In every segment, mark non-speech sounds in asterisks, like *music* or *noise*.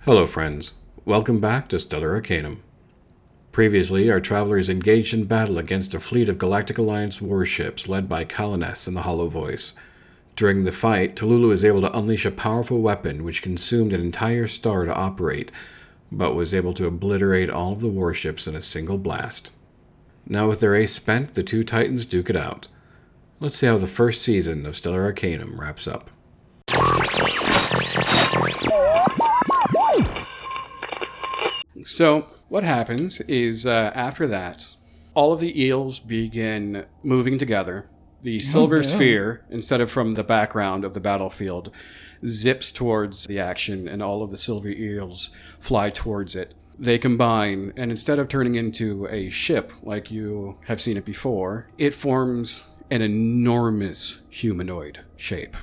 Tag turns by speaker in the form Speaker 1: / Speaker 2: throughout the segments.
Speaker 1: Hello, friends. Welcome back to Stellar Arcanum. Previously, our travelers engaged in battle against a fleet of Galactic Alliance warships led by Kalaness and the Hollow Voice. During the fight, Tallulah was able to unleash a powerful weapon which consumed an entire star to operate, but was able to obliterate all of the warships in a single blast. Now, with their ace spent, the two Titans duke it out. Let's see how the first season of Stellar Arcanum wraps up. So, what happens is uh, after that, all of the eels begin moving together. The silver sphere, instead of from the background of the battlefield, zips towards the action, and all of the silver eels fly towards it. They combine, and instead of turning into a ship like you have seen it before, it forms an enormous humanoid shape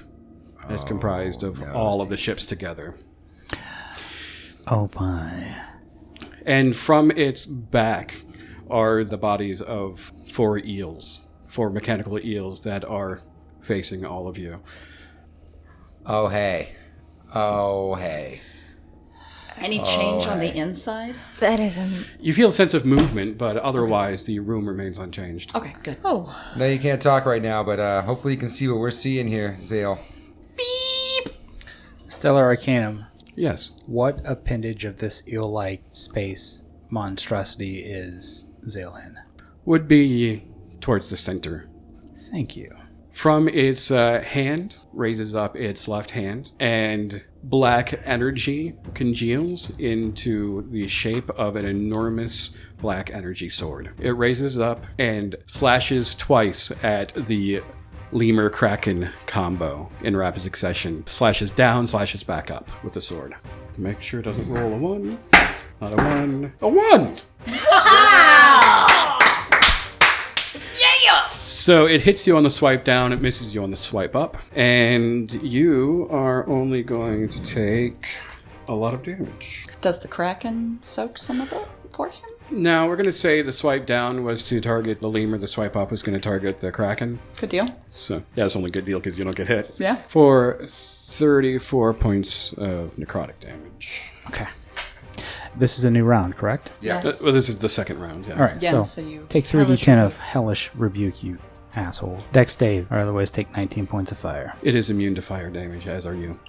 Speaker 1: that's comprised of all of the ships together.
Speaker 2: Oh my.
Speaker 1: and from its back are the bodies of four eels, four mechanical eels that are facing all of you.
Speaker 3: Oh hey. Oh hey.
Speaker 2: Oh,
Speaker 4: Any change on the inside?
Speaker 5: That isn't.
Speaker 1: You feel a sense of movement, but otherwise the room remains unchanged.
Speaker 4: Okay, good.
Speaker 5: Oh,
Speaker 3: No, you can't talk right now, but uh, hopefully you can see what we're seeing here, Zale. *laughs*
Speaker 2: Stellar Arcanum.
Speaker 1: Yes.
Speaker 2: What appendage of this eel like space monstrosity is Zalen?
Speaker 1: Would be towards the center.
Speaker 2: Thank you.
Speaker 1: From its uh, hand, raises up its left hand, and black energy congeals into the shape of an enormous black energy sword. It raises up and slashes twice at the lemur kraken combo in rapid succession. Slashes down, slashes back up with the sword. Make sure it doesn't roll a one. Not a one. A one! So it hits you on the swipe down, it misses you on the swipe up, and you are only going to take a lot of damage.
Speaker 4: Does the Kraken soak some of it for him?
Speaker 1: Now, we're going to say the swipe down was to target the lemur, the swipe up was going to target the kraken.
Speaker 4: Good deal.
Speaker 1: So, yeah, it's only a good deal because you don't get hit.
Speaker 4: Yeah.
Speaker 1: For 34 points of necrotic damage.
Speaker 2: Okay. This is a new round, correct?
Speaker 3: Yeah.
Speaker 4: Yes.
Speaker 1: Uh, Well, this is the second round, yeah.
Speaker 2: All right,
Speaker 4: Yeah,
Speaker 2: so,
Speaker 4: so you-
Speaker 2: take 3d10 of Hellish Rebuke, you asshole. Dex save, or otherwise take 19 points of fire.
Speaker 1: It is immune to fire damage, as are you.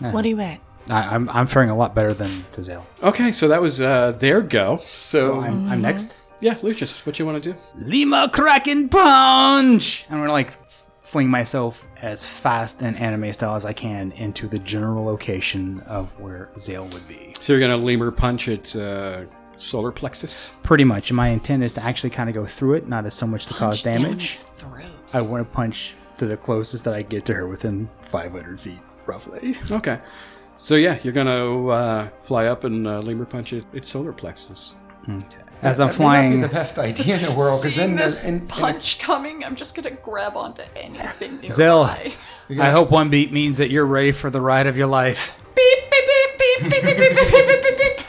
Speaker 5: what are you at?
Speaker 2: I, I'm, I'm faring a lot better than to Zale.
Speaker 1: Okay, so that was uh, their go. So,
Speaker 4: Oh.
Speaker 2: So I'm, I'm next.
Speaker 1: yeah, Lucius, what you want to do?
Speaker 2: Lima Kraken Punch! I'm gonna like f- fling myself as fast and anime style as I can into the general location of where Zale would be.
Speaker 1: So you're gonna lemur punch at uh, solar plexus.
Speaker 2: Pretty much. And my intent is to actually kind of go through it, not as so much to cause
Speaker 4: Down
Speaker 2: damage.
Speaker 4: its throat.
Speaker 2: I want to punch to the closest that I get to her within 500 feet, roughly.
Speaker 1: Okay. So yeah, you're gonna uh, fly up and uh, lemur punch at its solar plexus.
Speaker 2: As I'm
Speaker 3: That may not be
Speaker 2: flying,
Speaker 3: the best idea in the world, because then
Speaker 4: Seeing this
Speaker 3: in, in,
Speaker 4: punch coming, I'm just gonna grab onto anything nearby.
Speaker 2: Zell.
Speaker 4: Beep
Speaker 2: I hope one beat means that you're ready for the ride of your life.
Speaker 4: beep beep beep beep beep beep beep beep beep beep.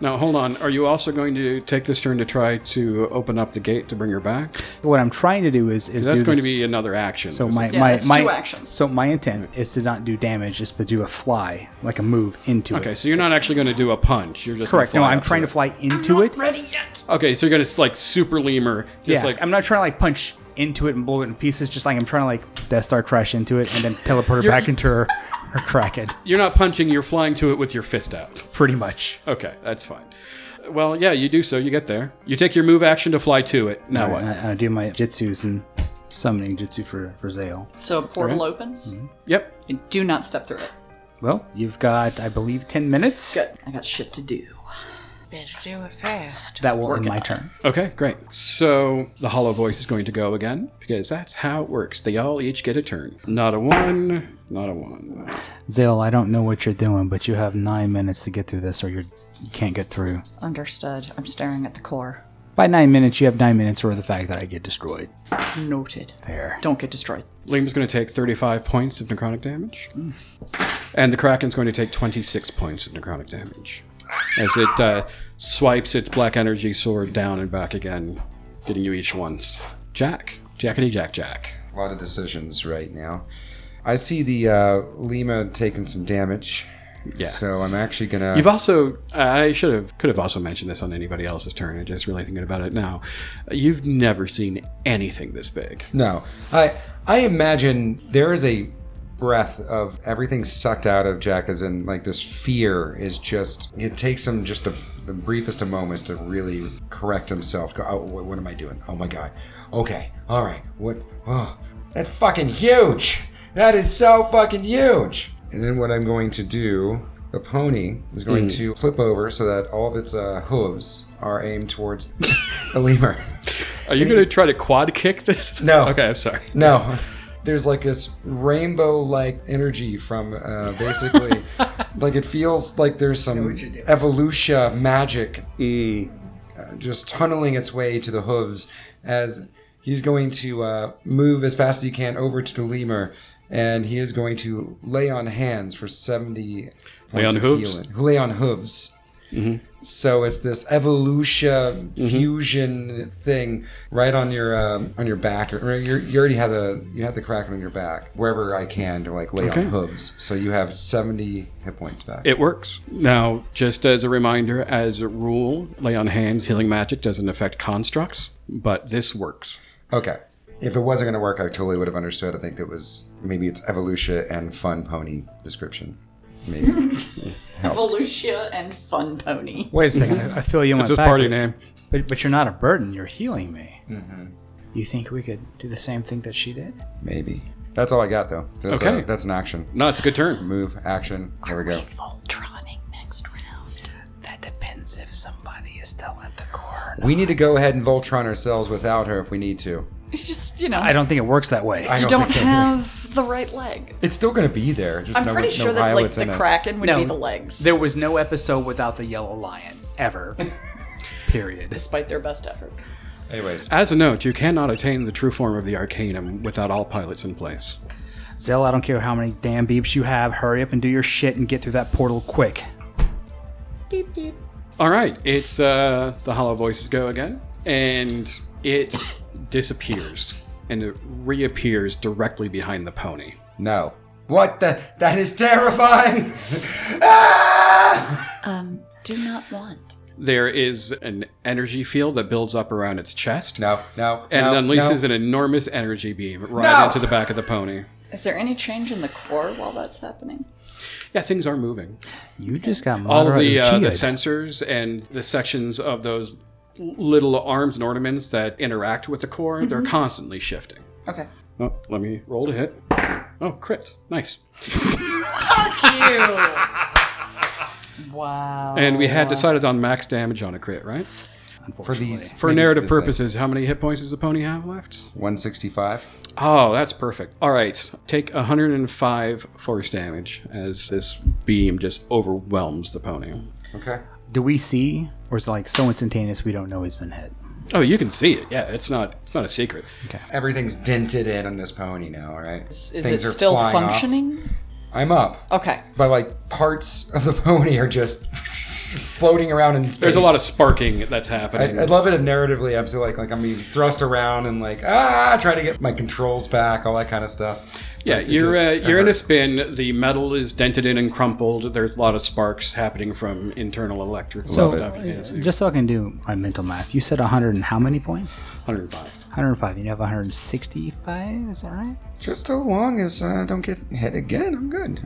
Speaker 1: Now hold on. Are you also going to take this turn to try to open up the gate to bring her back?
Speaker 2: What I'm trying to do is, is
Speaker 1: That's
Speaker 2: do
Speaker 1: going to
Speaker 2: this-
Speaker 1: be another action.
Speaker 2: So my,
Speaker 4: Yeah,
Speaker 2: my,
Speaker 4: that's
Speaker 2: my
Speaker 4: two actions.
Speaker 2: So my intent is to not do damage, is to do a fly, like a move into
Speaker 1: okay.
Speaker 2: it.
Speaker 1: So you're not actually going to do a punch. You're just gonna
Speaker 2: Correct. No,
Speaker 1: fly
Speaker 2: I'm
Speaker 1: up
Speaker 2: trying to
Speaker 1: it.
Speaker 2: fly into it.
Speaker 4: Ready yet?
Speaker 1: Okay. So you're gonna like super lemur.
Speaker 2: Yeah,
Speaker 1: Just like
Speaker 2: I'm not trying to like punch into it and blow it in pieces. Just like I'm trying to like Death Star crash into it and then teleport her back into her, her Kraken.
Speaker 1: you're not punching. You're flying to it with your fist out.
Speaker 2: Pretty much.
Speaker 1: Okay. That's fine. Well, yeah, you do so. You get there. You take your move action to fly to it. Now
Speaker 2: All right,
Speaker 1: what?
Speaker 2: and I, and I do my jutsus and summoning jutsu for for Zale.
Speaker 4: So a portal opens.
Speaker 2: Mm-hmm.
Speaker 1: Yep.
Speaker 4: You do not step through it.
Speaker 2: Well, you've got I believe ten minutes.
Speaker 4: Good. I got shit to do.
Speaker 5: Better do it fast.
Speaker 2: That will end my turn.
Speaker 1: Okay, great. So the hollow voice is going to go again because that's how it works. They all each get a turn. Not a one, not a one.
Speaker 2: Zale, I don't know what you're doing, but you have nine minutes to get through this, or you're you can't get through.
Speaker 4: Understood. I'm staring at the core.
Speaker 2: By nine minutes, you have nine minutes, or the fact that I get destroyed.
Speaker 4: Noted.
Speaker 2: Fair.
Speaker 4: Don't get destroyed.
Speaker 1: Liam's going to take 35 points of necrotic damage, and the kraken's going to take 26 points of necrotic damage as it uh, swipes its black energy sword down and back again, getting you each once. Jack, Jackety Jack Jack.
Speaker 3: a lot of decisions right now. I see the uh, Lima taking some damage,
Speaker 1: Yeah.
Speaker 3: So I'm actually gonna.
Speaker 1: You've also, I should have, could have also mentioned this on anybody else's turn. I'm just really thinking about it now. You've never seen anything this big.
Speaker 3: no, I I imagine there is a breath of everything sucked out of Jack, as in like this fear is just. It takes him just the, the briefest of moments to really correct himself. Go, oh, wh- what am I doing? Oh my god. Okay. All right. What? Oh, that's fucking huge. That is so fucking huge. And then what I'm going to do. The pony is going to flip over so that all of its uh, hooves are aimed towards *laughs* the lemur.
Speaker 1: Are you going to try to quad kick this?
Speaker 3: No.
Speaker 1: Okay, I'm sorry.
Speaker 3: No. *laughs* There's like this rainbow like energy from uh,
Speaker 1: *laughs*
Speaker 3: basically, like it feels like there's some evolution magic
Speaker 1: Mm.
Speaker 3: uh, just tunneling its way to the hooves as he's going to uh, move as fast as he can over to the lemur and he is going to lay on hands for 70
Speaker 1: Lay on
Speaker 3: points of
Speaker 1: hooves?
Speaker 3: healing. Lay on hooves. So it's this evolution fusion thing right on your um, on your back. Or you're, you already have the you have the kraken on your back wherever I can to like lay
Speaker 1: Okay.
Speaker 3: on hooves. So you have seventy hit points back.
Speaker 1: It works. Now, just as a reminder, as a rule, lay on hands, healing magic doesn't affect constructs, but this works.
Speaker 3: okay. If it wasn't going to work, I totally would have understood. I think that was maybe it's evolution and fun pony description. Maybe helps.
Speaker 4: Volusia and Fun Pony.
Speaker 2: Wait a second. I, I feel you on
Speaker 1: That's his
Speaker 2: back,
Speaker 1: Mm-hmm. party
Speaker 2: but-
Speaker 1: name.
Speaker 2: But, but you're not a burden. You're healing me.
Speaker 3: Mm-hmm.
Speaker 2: You think we could do the same thing that she did?
Speaker 3: Maybe that's all I got though. That's a-
Speaker 1: Okay.
Speaker 3: that's an action.
Speaker 1: No, it's a good turn.
Speaker 3: Move action. Here we go.
Speaker 5: Voltroning next round.
Speaker 2: That depends if somebody is still at the core.
Speaker 3: We need to go ahead and Voltron ourselves without her if we need to.
Speaker 4: It's just, you know,
Speaker 2: I don't think it works that way.
Speaker 3: I
Speaker 4: you
Speaker 3: don't
Speaker 4: don't
Speaker 3: think so.
Speaker 4: have the right leg.
Speaker 3: It's still going to be there. Just
Speaker 4: I'm
Speaker 3: no,
Speaker 4: pretty
Speaker 3: no
Speaker 4: sure that, like,
Speaker 3: pilots
Speaker 4: the
Speaker 3: in it.
Speaker 4: Kraken would
Speaker 2: No,
Speaker 4: be the legs.
Speaker 2: There was no episode without the yellow lion
Speaker 3: *laughs*
Speaker 2: ever. Period.
Speaker 4: despite their best efforts.
Speaker 3: Anyways,
Speaker 1: As a note, you cannot attain the true form of the Arcanum without all pilots in place.
Speaker 2: Zell, I don't care how many damn beeps you have. Hurry up and do your shit and get through that portal quick.
Speaker 1: All right, it's uh, the hollow voices go again, and it *coughs* disappears and it reappears directly behind the pony.
Speaker 3: no. What the? That is terrifying! *laughs* ah!
Speaker 4: Um, do not want.
Speaker 1: There is an energy field that builds up around its chest
Speaker 3: No, no.
Speaker 1: and
Speaker 3: no,
Speaker 1: unleashes
Speaker 3: no.
Speaker 1: an enormous energy beam right
Speaker 3: No.
Speaker 1: into the back of the pony.
Speaker 4: Is there any change in the core while that's happening?
Speaker 1: Yeah, things are moving.
Speaker 2: You just got
Speaker 1: All of
Speaker 2: moderately
Speaker 1: the, uh, the
Speaker 2: cheated.
Speaker 1: sensors and the sections of those little arms and ornaments that interact with the core, they're constantly shifting.
Speaker 4: Okay.
Speaker 1: Mm-hmm. Oh, let me roll to hit. Oh, crit. Nice.
Speaker 5: *laughs*
Speaker 4: Wow.
Speaker 1: And we had decided on max damage on a crit, right?
Speaker 3: For these.
Speaker 1: For
Speaker 3: maybe
Speaker 1: narrative
Speaker 3: this thing.
Speaker 1: purposes, how many hit points does the pony have left?
Speaker 3: 165.
Speaker 1: Oh, that's perfect. All right. Take 105 force damage as this beam just overwhelms the pony.
Speaker 3: Okay.
Speaker 2: do we see, or is it like so instantaneous we don't know he's been hit?
Speaker 1: Oh, you can see it. Yeah, it's not it's not a secret.
Speaker 3: Everything's dented in on this pony now, alright? Is,
Speaker 4: Is it still functioning?
Speaker 3: I'm up.
Speaker 4: Okay.
Speaker 3: But, like, parts of the *laughs* pony are just floating around in space.
Speaker 1: There's a lot of sparking that's happening.
Speaker 3: I, I love it if narratively I'm still like like I'm being thrust around and like ah trying to get my controls back all that kind of stuff.
Speaker 1: yeah,
Speaker 3: Like, it
Speaker 1: you're
Speaker 3: just-
Speaker 1: uh,
Speaker 3: it
Speaker 1: you're in a
Speaker 3: hurts.
Speaker 1: spin. The metal is dented in and crumpled. There's a lot of sparks happening from internal electrical
Speaker 2: So, uh,
Speaker 1: stuff. You can't see.
Speaker 2: just so I can do my mental math, you said 100 and how many points?
Speaker 1: 105.
Speaker 2: 105. You have 165, is that right?
Speaker 3: Just so long as uh, I don't get hit again, I'm good.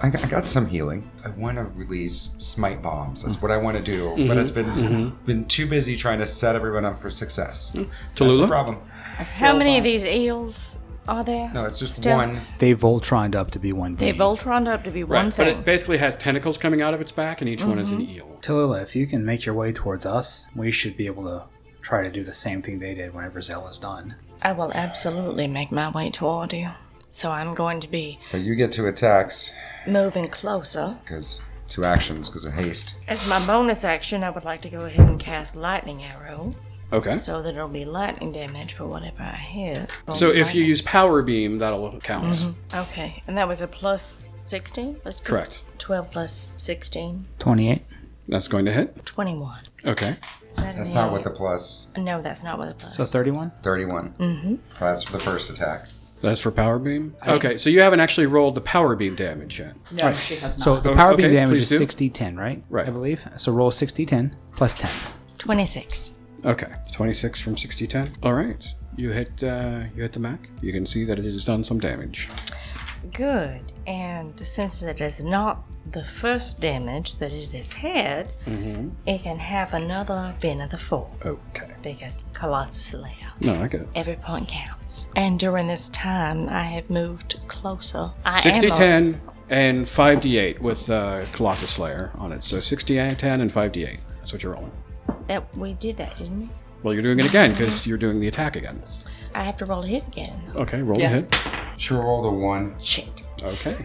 Speaker 3: I got, I got some healing. I want to release smite bombs. That's what I want to do. But it's been been too busy trying to set everyone up for success. That's the
Speaker 1: Tallulah?
Speaker 3: problem.
Speaker 5: How many of these eels are there?
Speaker 3: No, it's just
Speaker 5: Still-
Speaker 3: one.
Speaker 2: They Voltroned up to be one
Speaker 5: They
Speaker 2: being.
Speaker 5: Voltroned up to be one
Speaker 1: But
Speaker 5: thing.
Speaker 1: it basically has tentacles coming out of its back, and each one is an eel.
Speaker 2: Tallulah, if you can make your way towards us, we should be able to try to do the same thing they did whenever Zell is done.
Speaker 5: I will absolutely make my way toward you. So I'm going to be
Speaker 3: But you get two attacks
Speaker 5: moving closer.
Speaker 3: because two actions because of haste.
Speaker 5: As my bonus action, I would like to go ahead and cast Lightning Arrow.
Speaker 1: Okay.
Speaker 5: So that it'll be lightning damage for whatever I hit.
Speaker 1: So if you use power beam, that'll count.
Speaker 5: Okay, and that was a plus 16? Let's put
Speaker 1: Correct.
Speaker 5: 12 plus 16,
Speaker 2: 28.
Speaker 1: That's going to hit.
Speaker 5: 21.
Speaker 1: Okay.
Speaker 5: Is that
Speaker 3: That's
Speaker 5: an
Speaker 3: not
Speaker 5: eel?
Speaker 3: what the plus
Speaker 5: No, that's not what the plus.
Speaker 2: So 31?
Speaker 3: thirty one. Mm-hmm. That's for the first attack.
Speaker 1: That's for power beam. Okay, so you haven't actually rolled the power beam damage yet.
Speaker 4: No, she has not.
Speaker 2: So the
Speaker 1: Oh,
Speaker 2: power beam
Speaker 1: okay,
Speaker 2: damage
Speaker 1: please do.
Speaker 2: is 60 10, right?
Speaker 1: Right.
Speaker 2: I believe. So roll 60 10 plus 10.
Speaker 5: 26.
Speaker 1: Okay, twenty six from sixty ten. All right, you hit uh, you hit the Mac. You can see that it has done some damage.
Speaker 5: Good. And since it is not the first damage that it has had, it can have another bend of the four
Speaker 1: Okay.
Speaker 5: because Colossus Slayer.
Speaker 1: No, I get it.
Speaker 5: Every point counts. And during this time, I have moved closer. I
Speaker 1: Sixty
Speaker 5: am a-
Speaker 1: ten and five d eight with uh, Colossus Slayer on it. So sixty ten and five d eight. That's what you're rolling.
Speaker 5: That we did that, didn't we?
Speaker 1: Well, you're doing it again because you're doing the attack again.
Speaker 5: I have to roll a hit again.
Speaker 1: Okay, roll
Speaker 4: Yeah.
Speaker 1: a hit.
Speaker 3: She rolled a one.
Speaker 5: Shit.
Speaker 1: *laughs* Okay.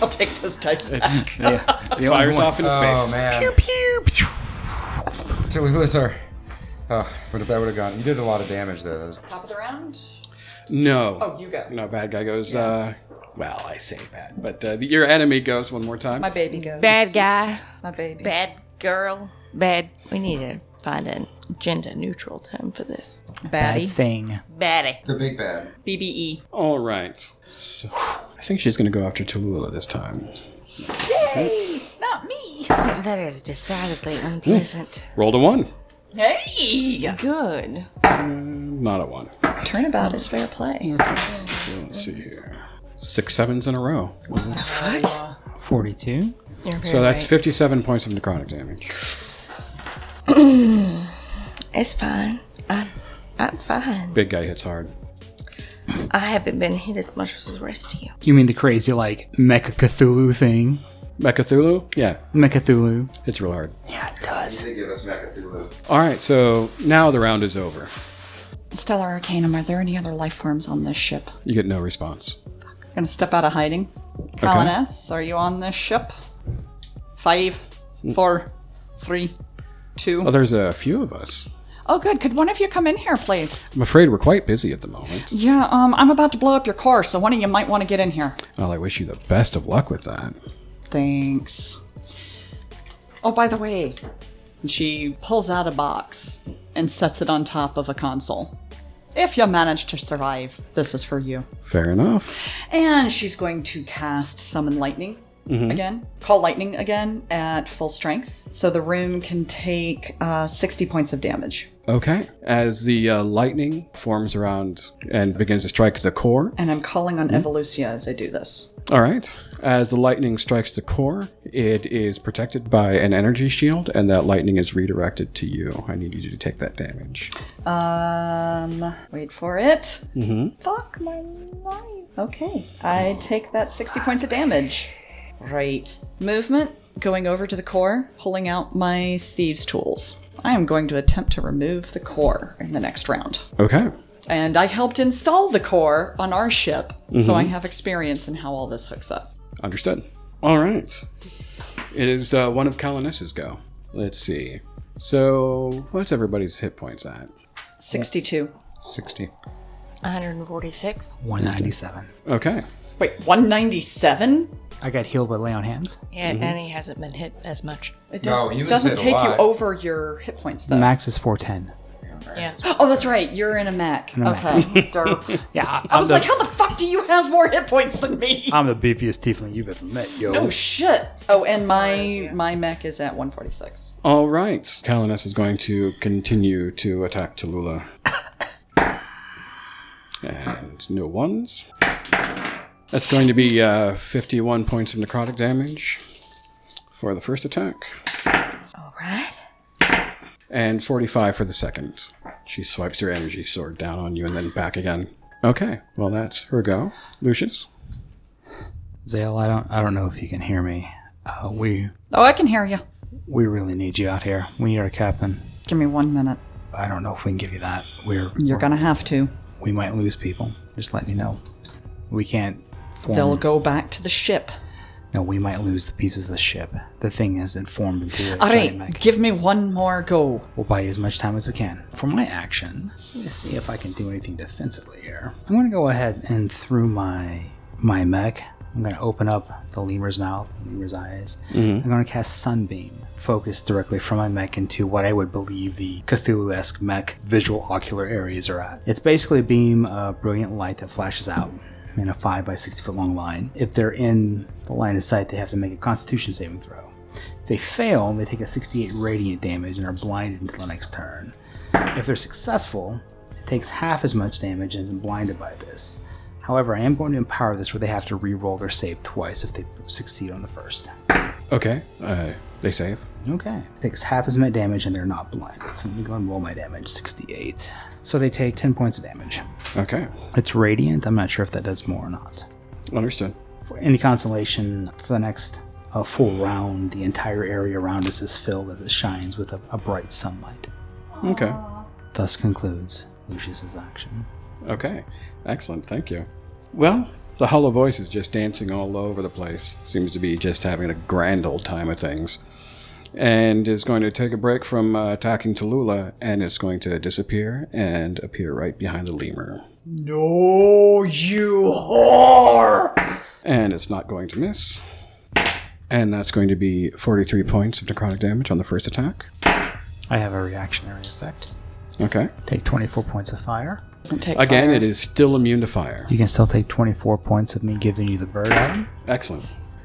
Speaker 4: I'll take those dice back.
Speaker 1: Fires off into space.
Speaker 3: Oh man. Pew pew pew. Tilly Blizzard. Oh, but if that would have gone, you did a lot of damage there. That was
Speaker 4: Top of the round.
Speaker 1: No.
Speaker 4: Oh, you go.
Speaker 1: No, bad guy goes, uh, well, I say bad, but uh, the, your enemy goes one more time.
Speaker 4: My baby goes.
Speaker 5: Bad guy.
Speaker 4: My baby.
Speaker 5: Bad girl. Bad. We need to find a gender neutral term for this.
Speaker 2: Bad
Speaker 4: Baddie.
Speaker 2: thing.
Speaker 5: Baddie.
Speaker 3: the big bad.
Speaker 4: BBE.
Speaker 1: All right. So, I think she's going to go after Tallulah this time.
Speaker 4: Not me.
Speaker 5: That is decidedly *laughs* unpleasant.
Speaker 1: Rolled a one.
Speaker 4: Hey.
Speaker 5: Good.
Speaker 1: Not a one.
Speaker 4: Turnabout is fair play.
Speaker 1: Let's see here. Six sevens in a row.
Speaker 6: 42.
Speaker 5: You're very
Speaker 1: So that's
Speaker 5: right.
Speaker 1: 57 points of necrotic damage.
Speaker 5: It's fine. I'm, I'm fine.
Speaker 1: Big guy hits hard.
Speaker 5: I haven't been hit as much as the rest of you.
Speaker 2: You mean the crazy, like, Mecha Cthulhu thing?
Speaker 1: Mechathulu? Yeah,
Speaker 2: Mecha Cthulhu.
Speaker 1: it's real hard.
Speaker 2: Yeah, it does.
Speaker 3: They give us Macathulu.
Speaker 1: All right, so now the round is over.
Speaker 4: Stellar Arcanum, are there any other life forms on this ship?
Speaker 1: You get no response.
Speaker 4: Gonna step out of hiding. Colin S, are you on this ship? Five, four, three, two.
Speaker 1: Oh, there's a few of us.
Speaker 4: Oh, good. Could one of you come in here, please?
Speaker 1: I'm afraid we're quite busy at the moment.
Speaker 4: Yeah, um, I'm about to blow up your car, so one of you might want to get in here.
Speaker 1: Well, I wish you the best of luck with that.
Speaker 4: Thanks. Oh, by the way, and she pulls out a box and sets it on top of a console. If you manage to survive, this is for you.
Speaker 1: Fair enough.
Speaker 4: And she's going to cast Summon Lightning again, call Lightning again at full strength. So the room can take uh, 60 points of damage.
Speaker 1: Okay. As the uh, lightning forms around and begins to strike the core.
Speaker 4: And I'm calling on Evolucia as I do this.
Speaker 1: All right. As the lightning strikes the core, it is protected by an energy shield, and that lightning is redirected to you. I need you to take that damage.
Speaker 4: Um, wait for it. Fuck my life. Okay, I take that 60 points of damage. Right. Movement, going over to the core, pulling out my thieves' tools. I am going to attempt to remove the core in the next round.
Speaker 1: Okay.
Speaker 4: And I helped install the core on our ship, so I have experience in how all this hooks up.
Speaker 1: Understood. All right. It is uh, one of Kalaniss's go. Let's see. So, what's everybody's hit points at?
Speaker 4: 62.
Speaker 3: Sixty.
Speaker 5: 146.
Speaker 2: 197.
Speaker 1: Okay.
Speaker 4: Wait, 197?
Speaker 2: I got healed by lay on hands.
Speaker 5: Yeah,
Speaker 3: Mm-hmm.
Speaker 5: and he hasn't been hit as much.
Speaker 4: It
Speaker 3: No,
Speaker 4: does,
Speaker 3: he was
Speaker 4: doesn't
Speaker 3: hit a
Speaker 4: take you
Speaker 3: lot.
Speaker 4: over your hit points, though.
Speaker 2: Max is 410.
Speaker 5: Yeah.
Speaker 4: Oh, that's right. You're in a Mac. okay. Derp.
Speaker 2: Yeah, I,
Speaker 4: I was like, how the fuck do you have more hit points than me?
Speaker 2: I'm the beefiest tiefling you've ever met, yo.
Speaker 4: oh shit. Oh, and my my mech is at 146.
Speaker 1: All right. Kalaness is going to continue to attack Tallulah. and no ones. That's going to be uh, 51 points of necrotic damage for the first attack
Speaker 5: All right.
Speaker 1: and 45 for the second. She swipes her energy sword down on you and then back again. Okay. Well, that's her go. Lucius?
Speaker 2: Zale, I don't, I don't know if you can hear me. Uh, we,
Speaker 4: Oh, I can hear you.
Speaker 2: we really need you out here. We need our captain.
Speaker 4: Give me one minute.
Speaker 2: I don't know if we can give you that. We're,
Speaker 4: You're gonna have to.
Speaker 2: we might lose people. Just letting you know. We can't form.
Speaker 4: They'll go back to the ship.
Speaker 2: No, we might lose the pieces of the ship. The thing isn't formed into a
Speaker 4: All
Speaker 2: giant
Speaker 4: right,
Speaker 2: mech.
Speaker 4: give me one more go.
Speaker 2: We'll buy you as much time as we can. For my action, let me see if I can do anything defensively here. I'm gonna go ahead and through my my mech, I'm gonna open up the lemur's mouth, the lemur's eyes. I'm gonna cast Sunbeam, focused directly from my mech into what I would believe the Cthulhu-esque mech visual ocular areas are at. It's basically a beam of brilliant light that flashes out. I mean, a 5 by 60 foot long line. If they're in the line of sight, they have to make a constitution saving throw. If they fail, they take a 68 radiant damage and are blinded until the next turn. If they're successful, it takes half as much damage and isn't blinded by this. However, I am going to empower this where they have to re-roll their save twice if they succeed on the first.
Speaker 1: Okay. Uh, they save.
Speaker 2: Okay. Takes half as much damage and they're not blinded. So let me go and roll my damage 68. So they take 10 points of damage.
Speaker 1: Okay.
Speaker 2: It's radiant. I'm not sure if that does more or not.
Speaker 1: Understood.
Speaker 2: For any consolation, for the next uh, full round, the entire area around us is filled as it shines with a, a bright sunlight.
Speaker 1: Okay.
Speaker 2: Thus concludes Lucius's action.
Speaker 1: Okay. Excellent. Thank you. Well, the hollow voice is just dancing all over the place. Seems to be just having a grand old time of things. And is going to take a break from uh, attacking Tallulah, and it's going to disappear and appear right behind the lemur.
Speaker 6: No, you whore!
Speaker 1: And it's not going to miss. And that's going to be 43 points of necrotic damage on the first attack.
Speaker 2: I have a reactionary effect.
Speaker 1: Okay.
Speaker 2: Take 24 points of fire.
Speaker 4: Doesn't take
Speaker 1: Again,
Speaker 4: fire.
Speaker 1: it is still immune to fire.
Speaker 2: You can still take 24 points of me giving you the bird item.
Speaker 1: Excellent.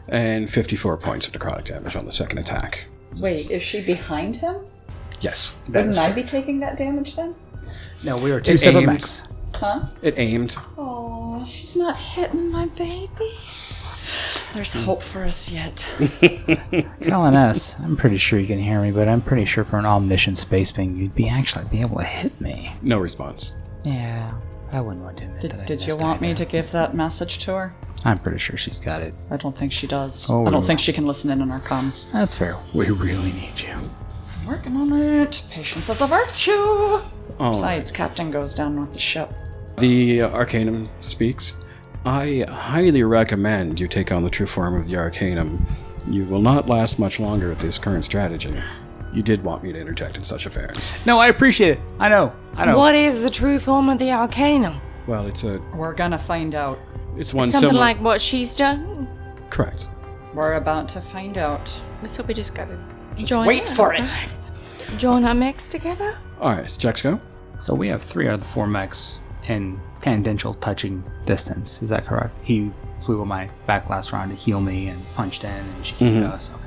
Speaker 1: And 54 points of necrotic damage on the second attack.
Speaker 4: Wait, is she behind him?
Speaker 1: Yes. That
Speaker 4: Wouldn't
Speaker 1: is,
Speaker 4: I be taking that damage then?
Speaker 2: No, we are two
Speaker 1: It
Speaker 2: separate
Speaker 1: aimed.
Speaker 2: mechs.
Speaker 4: Huh?
Speaker 1: it aimed.
Speaker 4: Oh, she's not hitting my baby. There's hope for us yet.
Speaker 2: Colin S., I'm pretty sure you can hear me, but I'm pretty sure for an omniscient space being, you'd be actually be able to hit me.
Speaker 1: No response.
Speaker 2: Yeah, I wouldn't want to admit that I
Speaker 4: Did, did you
Speaker 2: missed
Speaker 4: want me
Speaker 2: either.
Speaker 4: to give that message to her?
Speaker 2: I'm pretty sure she's got it.
Speaker 4: I don't think she does.
Speaker 2: Oh,
Speaker 4: I don't
Speaker 2: yeah.
Speaker 4: think she can listen in on our comms.
Speaker 2: That's fair. We really need you.
Speaker 4: Working on it. Patience is a virtue.
Speaker 1: Oh.
Speaker 4: Besides, Captain goes down with the ship.
Speaker 1: The Arcanum speaks. I highly recommend you take on the true form of the Arcanum. You will not last much longer at this current strategy. You did want me to interject in such affairs.
Speaker 2: No, I appreciate it. I know. I know.
Speaker 5: What is the true form of the Arcanum?
Speaker 1: Well, it's a
Speaker 4: We're gonna find out.
Speaker 1: it's one
Speaker 5: Something
Speaker 1: similar-
Speaker 5: like what she's done?
Speaker 1: correct.
Speaker 4: We're about to find out.
Speaker 5: So we just gotta join
Speaker 4: wait
Speaker 5: up,
Speaker 4: for it.
Speaker 5: right? Join our mechs together?
Speaker 1: All right, it's Jexco.
Speaker 2: So we have three out of the four mechs in tangential touching distance. Is that correct? He flew on my back last round to heal me and punched in, and she came to us. Okay.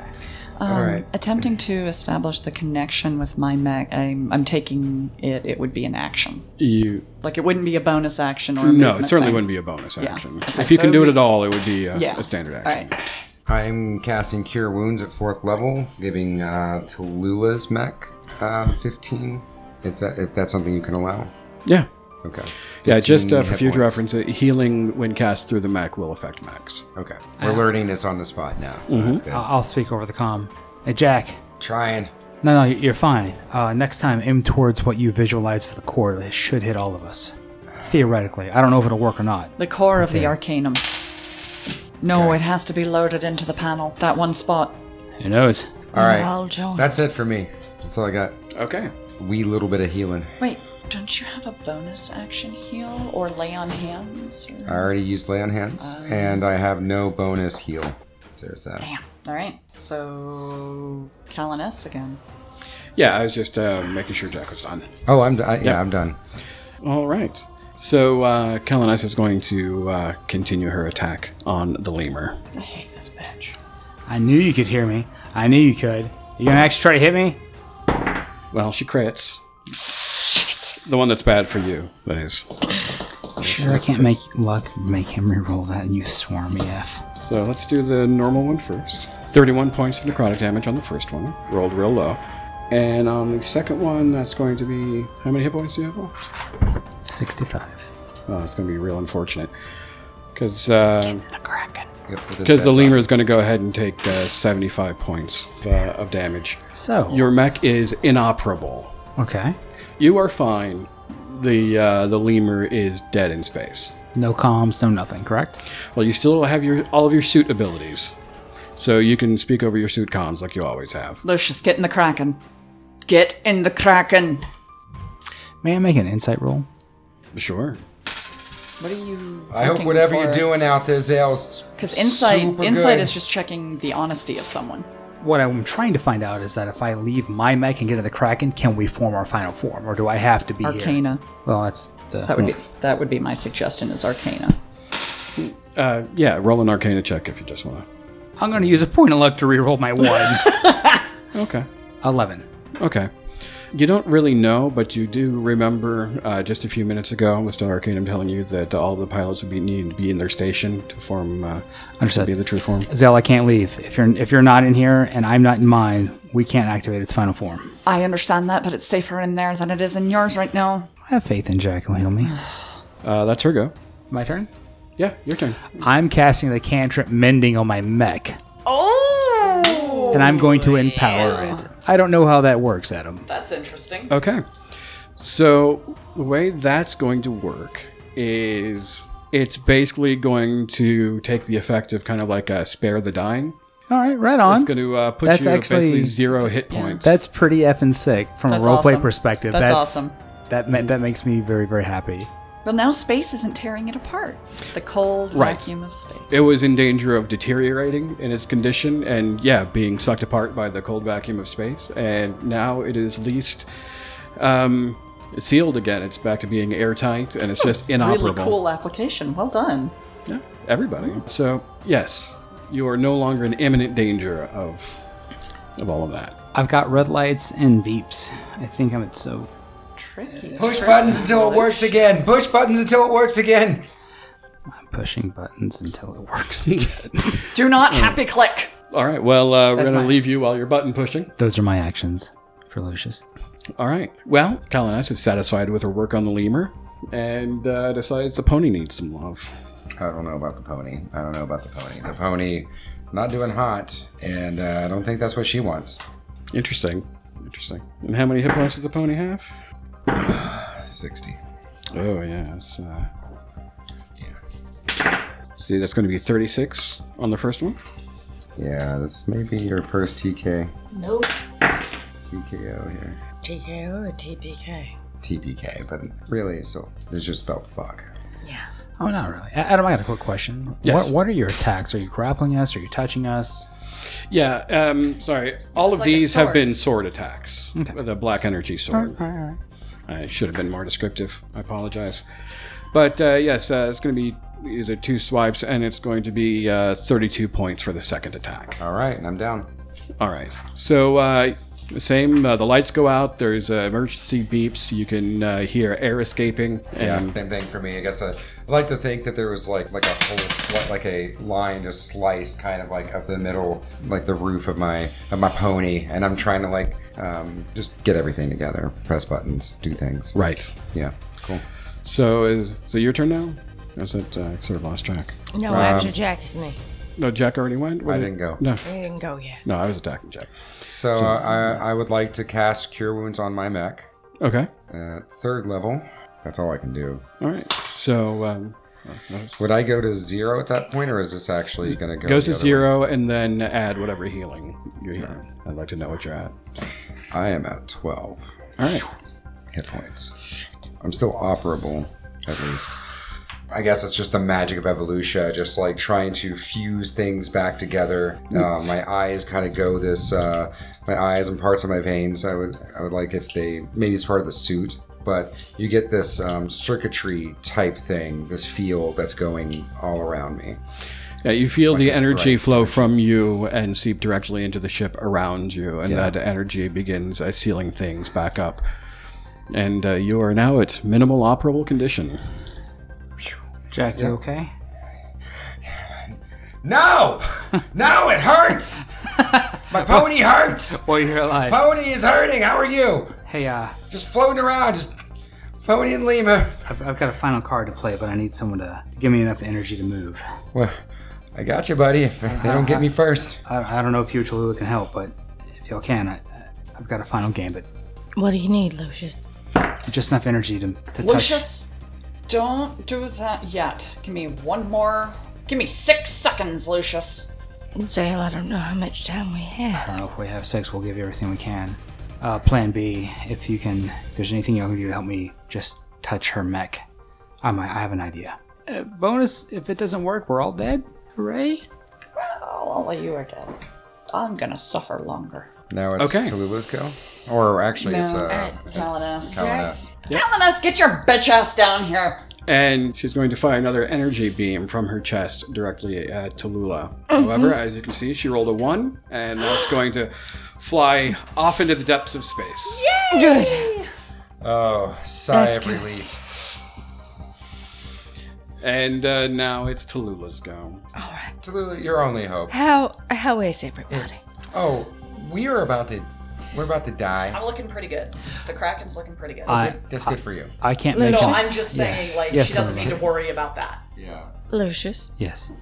Speaker 4: Um,
Speaker 1: right.
Speaker 4: Attempting to establish the connection with my mech, I'm, I'm taking it. It would be an action.
Speaker 1: You
Speaker 4: Like it wouldn't be a bonus action or a
Speaker 1: no, it
Speaker 4: movement
Speaker 1: certainly
Speaker 4: thing.
Speaker 1: wouldn't be a bonus action.
Speaker 4: Okay,
Speaker 1: If you
Speaker 4: so
Speaker 1: can do it
Speaker 4: we-
Speaker 1: at all, it would be a,
Speaker 4: Yeah.
Speaker 1: a standard
Speaker 4: All
Speaker 1: action.
Speaker 4: right.
Speaker 3: I'm casting Cure Wounds at fourth level, giving uh, Tallulah's mech uh, 15. It's that, if that's something you can allow.
Speaker 1: Yeah,
Speaker 3: Okay.
Speaker 1: yeah. Just
Speaker 3: 15
Speaker 1: uh, for
Speaker 3: hit
Speaker 1: future
Speaker 3: points.
Speaker 1: reference, uh, healing when cast through the mech will affect max.
Speaker 3: Okay.
Speaker 4: Uh,
Speaker 3: We're learning this on the spot now, so
Speaker 4: Mm-hmm.
Speaker 3: that's good.
Speaker 2: I- I'll speak over the comm. Hey, Jack.
Speaker 3: Trying.
Speaker 2: No, no, you're fine. Uh, next time, aim towards what you visualize to the core. It should hit all of us. Theoretically. I don't know if it'll work or not.
Speaker 4: The core of the arcanum. No, it has to be loaded into the panel. That one spot.
Speaker 2: Who knows?
Speaker 3: All right.
Speaker 5: I'll join.
Speaker 3: That's it for me. That's all I got.
Speaker 1: Okay.
Speaker 3: Wee little bit of healing.
Speaker 4: Wait, don't you have a bonus action heal or lay on hands?
Speaker 1: Uh,
Speaker 3: I already used lay on hands,
Speaker 4: Um,
Speaker 3: and I have no bonus heal. There's that.
Speaker 4: Damn. All right. So, Callan S again.
Speaker 1: Yeah, I was just uh, making sure Jack was done.
Speaker 3: Oh, I'm d- I, yeah, I'm done.
Speaker 1: All right. So uh, Kalanice is going to uh, continue her attack on the lemur.
Speaker 4: I hate this bitch.
Speaker 2: I knew you could hear me. I knew you could. You gonna actually try to hit me?
Speaker 1: Well, she crits. The one that's bad for you, that is.
Speaker 2: Sure, I can't make luck make him re-roll that, you swarmy F.
Speaker 1: So let's do the normal one first. 31 points of necrotic damage on the first one. Rolled real low. And on the second one, that's going to be. How many hit points do you have left?
Speaker 2: 65.
Speaker 1: Oh, it's going to be real unfortunate. Because uh,
Speaker 3: Yep, with this
Speaker 1: because the
Speaker 3: bad
Speaker 1: lemur is going to go ahead and take uh, 75 points of, uh, of damage.
Speaker 2: So,
Speaker 1: Your mech is inoperable.
Speaker 2: okay.
Speaker 1: You are fine. The uh, the lemur is dead in space.
Speaker 2: No comms, no nothing, correct?
Speaker 1: Well, you still have your all of your suit abilities, so you can speak over your suit comms like you always have.
Speaker 4: Lucius, get in the kraken. Get in the kraken.
Speaker 2: May I make an insight roll?
Speaker 1: Sure.
Speaker 4: What are you?
Speaker 3: I hope
Speaker 4: looking
Speaker 3: whatever
Speaker 4: for?
Speaker 3: you're doing out there, Zale's
Speaker 4: Because insight,
Speaker 3: super
Speaker 4: insight
Speaker 3: good.
Speaker 4: is just checking the honesty of someone.
Speaker 2: What I'm trying to find out is that if I leave my mech and get into the Kraken, can we form our final form, or do I have to be here?
Speaker 4: Arcana.
Speaker 2: Well, that's the.
Speaker 4: That would be that would be my suggestion. Is Arcana.
Speaker 1: Uh, yeah, roll an Arcana check if you just want
Speaker 2: I'm going to use a point of luck to reroll my *laughs* one.
Speaker 1: to. Okay.
Speaker 2: 11.
Speaker 1: Okay. You don't really know, but you do remember uh, just a few minutes ago, with Stellar Arcanum telling you that all the pilots would be need to be in their station to form, uh, to
Speaker 2: Understood.
Speaker 1: be the true form.
Speaker 2: Zell, I can't leave. If you're if you're not in here and I'm not in mine, we can't activate its final form.
Speaker 4: I understand that, but it's safer in there than it is in yours right now.
Speaker 2: I have faith in Jack will heal me.
Speaker 1: Uh, that's her go.
Speaker 2: *sighs* My turn.
Speaker 1: Yeah, your turn.
Speaker 2: I'm casting the cantrip mending on my mech,
Speaker 4: Oh!
Speaker 2: and I'm going to empower it. I don't know how that works, Adam.
Speaker 4: That's interesting.
Speaker 1: Okay. So the way that's going to work is it's basically going to take the effect of kind of like a spare the dying.
Speaker 2: All right, right
Speaker 1: It's
Speaker 2: on.
Speaker 1: going to uh, put
Speaker 2: That's
Speaker 1: you at
Speaker 2: actually-
Speaker 1: basically zero hit points.
Speaker 2: That's pretty effing sick from
Speaker 4: That's
Speaker 2: a roleplay
Speaker 4: awesome.
Speaker 2: perspective.
Speaker 4: That's
Speaker 2: That's,
Speaker 4: awesome.
Speaker 2: That ma- that makes me very very happy.
Speaker 4: Well, now space isn't tearing it apart. The cold
Speaker 1: Right.
Speaker 4: vacuum of space.
Speaker 1: it was in danger of deteriorating in its condition and yeah being sucked apart by the cold vacuum of space and now it is least um, sealed again it's back to being airtight and it's just inoperable
Speaker 4: Really cool application. Well done.
Speaker 1: yeah, everybody so yes you are no longer in imminent danger of of all of that
Speaker 2: I've got red lights and beeps. I think I'm at so.
Speaker 4: Tricky.
Speaker 3: Push buttons until it works again. Push buttons until it works again.
Speaker 2: I'm pushing buttons until it works. *laughs*
Speaker 4: Do not
Speaker 2: Mm.
Speaker 4: happy click.
Speaker 1: all right well uh, we're
Speaker 2: That's
Speaker 1: gonna
Speaker 2: fine.
Speaker 1: leave you while you're button pushing
Speaker 2: Those are my actions for Lucius.
Speaker 1: all right well Kalaness is satisfied with her work on the lemur and uh, decides the pony needs some love
Speaker 3: I don't know about the pony. I don't know about the pony. The pony, not doing hot, and uh, I don't think that's what she wants.
Speaker 1: Interesting. Interesting. And how many hit points does the pony have?
Speaker 3: Sixty.
Speaker 1: Oh, yeah. It's, uh... See, that's going to be 36 on the first one.
Speaker 3: Yeah, this may be your first TK.
Speaker 5: Nope.
Speaker 3: TKO here.
Speaker 5: TKO or TPK?
Speaker 3: TPK, but really, so it's just spelled fuck.
Speaker 5: Yeah.
Speaker 2: Oh, not really. A- Adam, I got a quick question.
Speaker 1: Yes.
Speaker 2: What, what are your attacks? Are you grappling us? Are you touching us?
Speaker 1: Yeah, um, sorry. All of
Speaker 4: like a
Speaker 1: these have
Speaker 4: sword.
Speaker 1: been sword attacks. The black energy sword. I should have been more descriptive. I apologize. But uh, yes, uh, it's going to be these are two swipes, and it's going to be uh, 32 points for the second attack.
Speaker 3: All right, and I'm down.
Speaker 1: All right. So, uh, same. Uh, the lights go out. There's uh, emergency beeps. You can uh, hear air escaping.
Speaker 3: Yeah,
Speaker 1: And
Speaker 3: same thing for me. I guess I, I like to think that there was like like a whole sli- like a line just sliced kind of like up the middle, like the roof of my of my pony, and I'm trying to like um, just get everything together, press buttons, do things.
Speaker 1: Right.
Speaker 3: Yeah. Cool.
Speaker 1: So is so your turn now? Or Is it uh, sort of lost track?
Speaker 5: No,
Speaker 3: Um,
Speaker 5: after Jack is me.
Speaker 1: No, Jack already went. What
Speaker 3: I
Speaker 1: did-
Speaker 3: didn't go.
Speaker 1: No,
Speaker 5: He didn't go yet.
Speaker 1: no, I was attacking Jack.
Speaker 3: So, uh, I I would like to cast Cure Wounds on my mech
Speaker 1: Okay.
Speaker 3: at third level. That's all I can do.
Speaker 1: All right. So um,
Speaker 3: Would I go to zero at that point, or is this actually going to go?
Speaker 1: goes
Speaker 3: the
Speaker 1: to
Speaker 3: other
Speaker 1: zero, and then add whatever healing you're healing. I'd like to know what you're at.
Speaker 3: way? I am at twelve.
Speaker 1: All right.
Speaker 3: hit points. I'm still operable, at least. I guess it's just the magic of evolution, just like trying to fuse things back together. Uh, my eyes kind of go this. Uh, my eyes and parts of my veins. I would, I would like if they maybe it's part of the suit, but you get this um, circuitry type thing, this field that's going all around me.
Speaker 1: Yeah, you feel the
Speaker 3: a
Speaker 1: energy
Speaker 3: sprite.
Speaker 1: flow from you and seep directly into the ship around you, and that energy begins uh, sealing things back up. And uh, you are now at minimal operable condition.
Speaker 2: Jack, you okay?
Speaker 3: No, no, it hurts. My pony hurts.
Speaker 2: Well, you're alive.
Speaker 3: Pony is hurting. How are you?
Speaker 2: *laughs* Hey, uh,
Speaker 3: Just floating around, just pony and lemur.
Speaker 2: I've, I've got a final card to play, but I need someone to, to give me enough energy to move.
Speaker 3: Well, I got you, buddy. If if they don't get
Speaker 5: *laughs*
Speaker 3: me first,
Speaker 2: I, I don't know if you or Tallulah can help, but if y'all can, I, I've got a final gambit.
Speaker 5: What do you need, Lucius?
Speaker 2: Just enough energy to, to touch.
Speaker 4: Lucius, don't do that yet. Give me one more. Give me six seconds, Lucius.
Speaker 5: Zale, I don't know how much time we have.
Speaker 2: I don't know Uh, if we have six, we'll give you everything we can. Uh, plan B, if you can, if there's anything y'all can do to help me, just touch her mech. I might, I have an idea. Uh, bonus, if it doesn't work, we're all dead. Hooray!
Speaker 4: Oh, all of you are dead. I'm gonna suffer longer.
Speaker 3: now it's
Speaker 1: Okay.
Speaker 3: Tallulah's go. Or actually, it's uh,
Speaker 5: Uh,
Speaker 3: it's
Speaker 4: Kalaness.
Speaker 3: Kalaness.
Speaker 4: Kalanus, get your bitch ass down here.
Speaker 1: and she's going to fire another energy beam from her chest directly at Tallulah. However, as you can see, she rolled a one, and that's going to fly off into the depths of space.
Speaker 5: Good.
Speaker 3: Oh, sigh
Speaker 5: That's
Speaker 3: of
Speaker 5: good.
Speaker 3: relief.
Speaker 1: And uh, now it's Tallulah's go.
Speaker 5: All right.
Speaker 3: Tallulah, your only hope.
Speaker 5: How how is everybody?
Speaker 3: Oh, we are about to. We're about to die.
Speaker 4: I'm looking pretty good. The Kraken's looking pretty good.
Speaker 2: I
Speaker 3: That's good for you.
Speaker 2: I can't
Speaker 5: No,
Speaker 2: make
Speaker 5: no,
Speaker 4: no,
Speaker 2: sense.
Speaker 4: I'm just saying,
Speaker 2: Yes.
Speaker 4: like,
Speaker 2: Yes,
Speaker 4: she doesn't
Speaker 2: Luna.
Speaker 4: need to worry about that.
Speaker 3: Yeah.
Speaker 5: Lucius,
Speaker 2: Yes,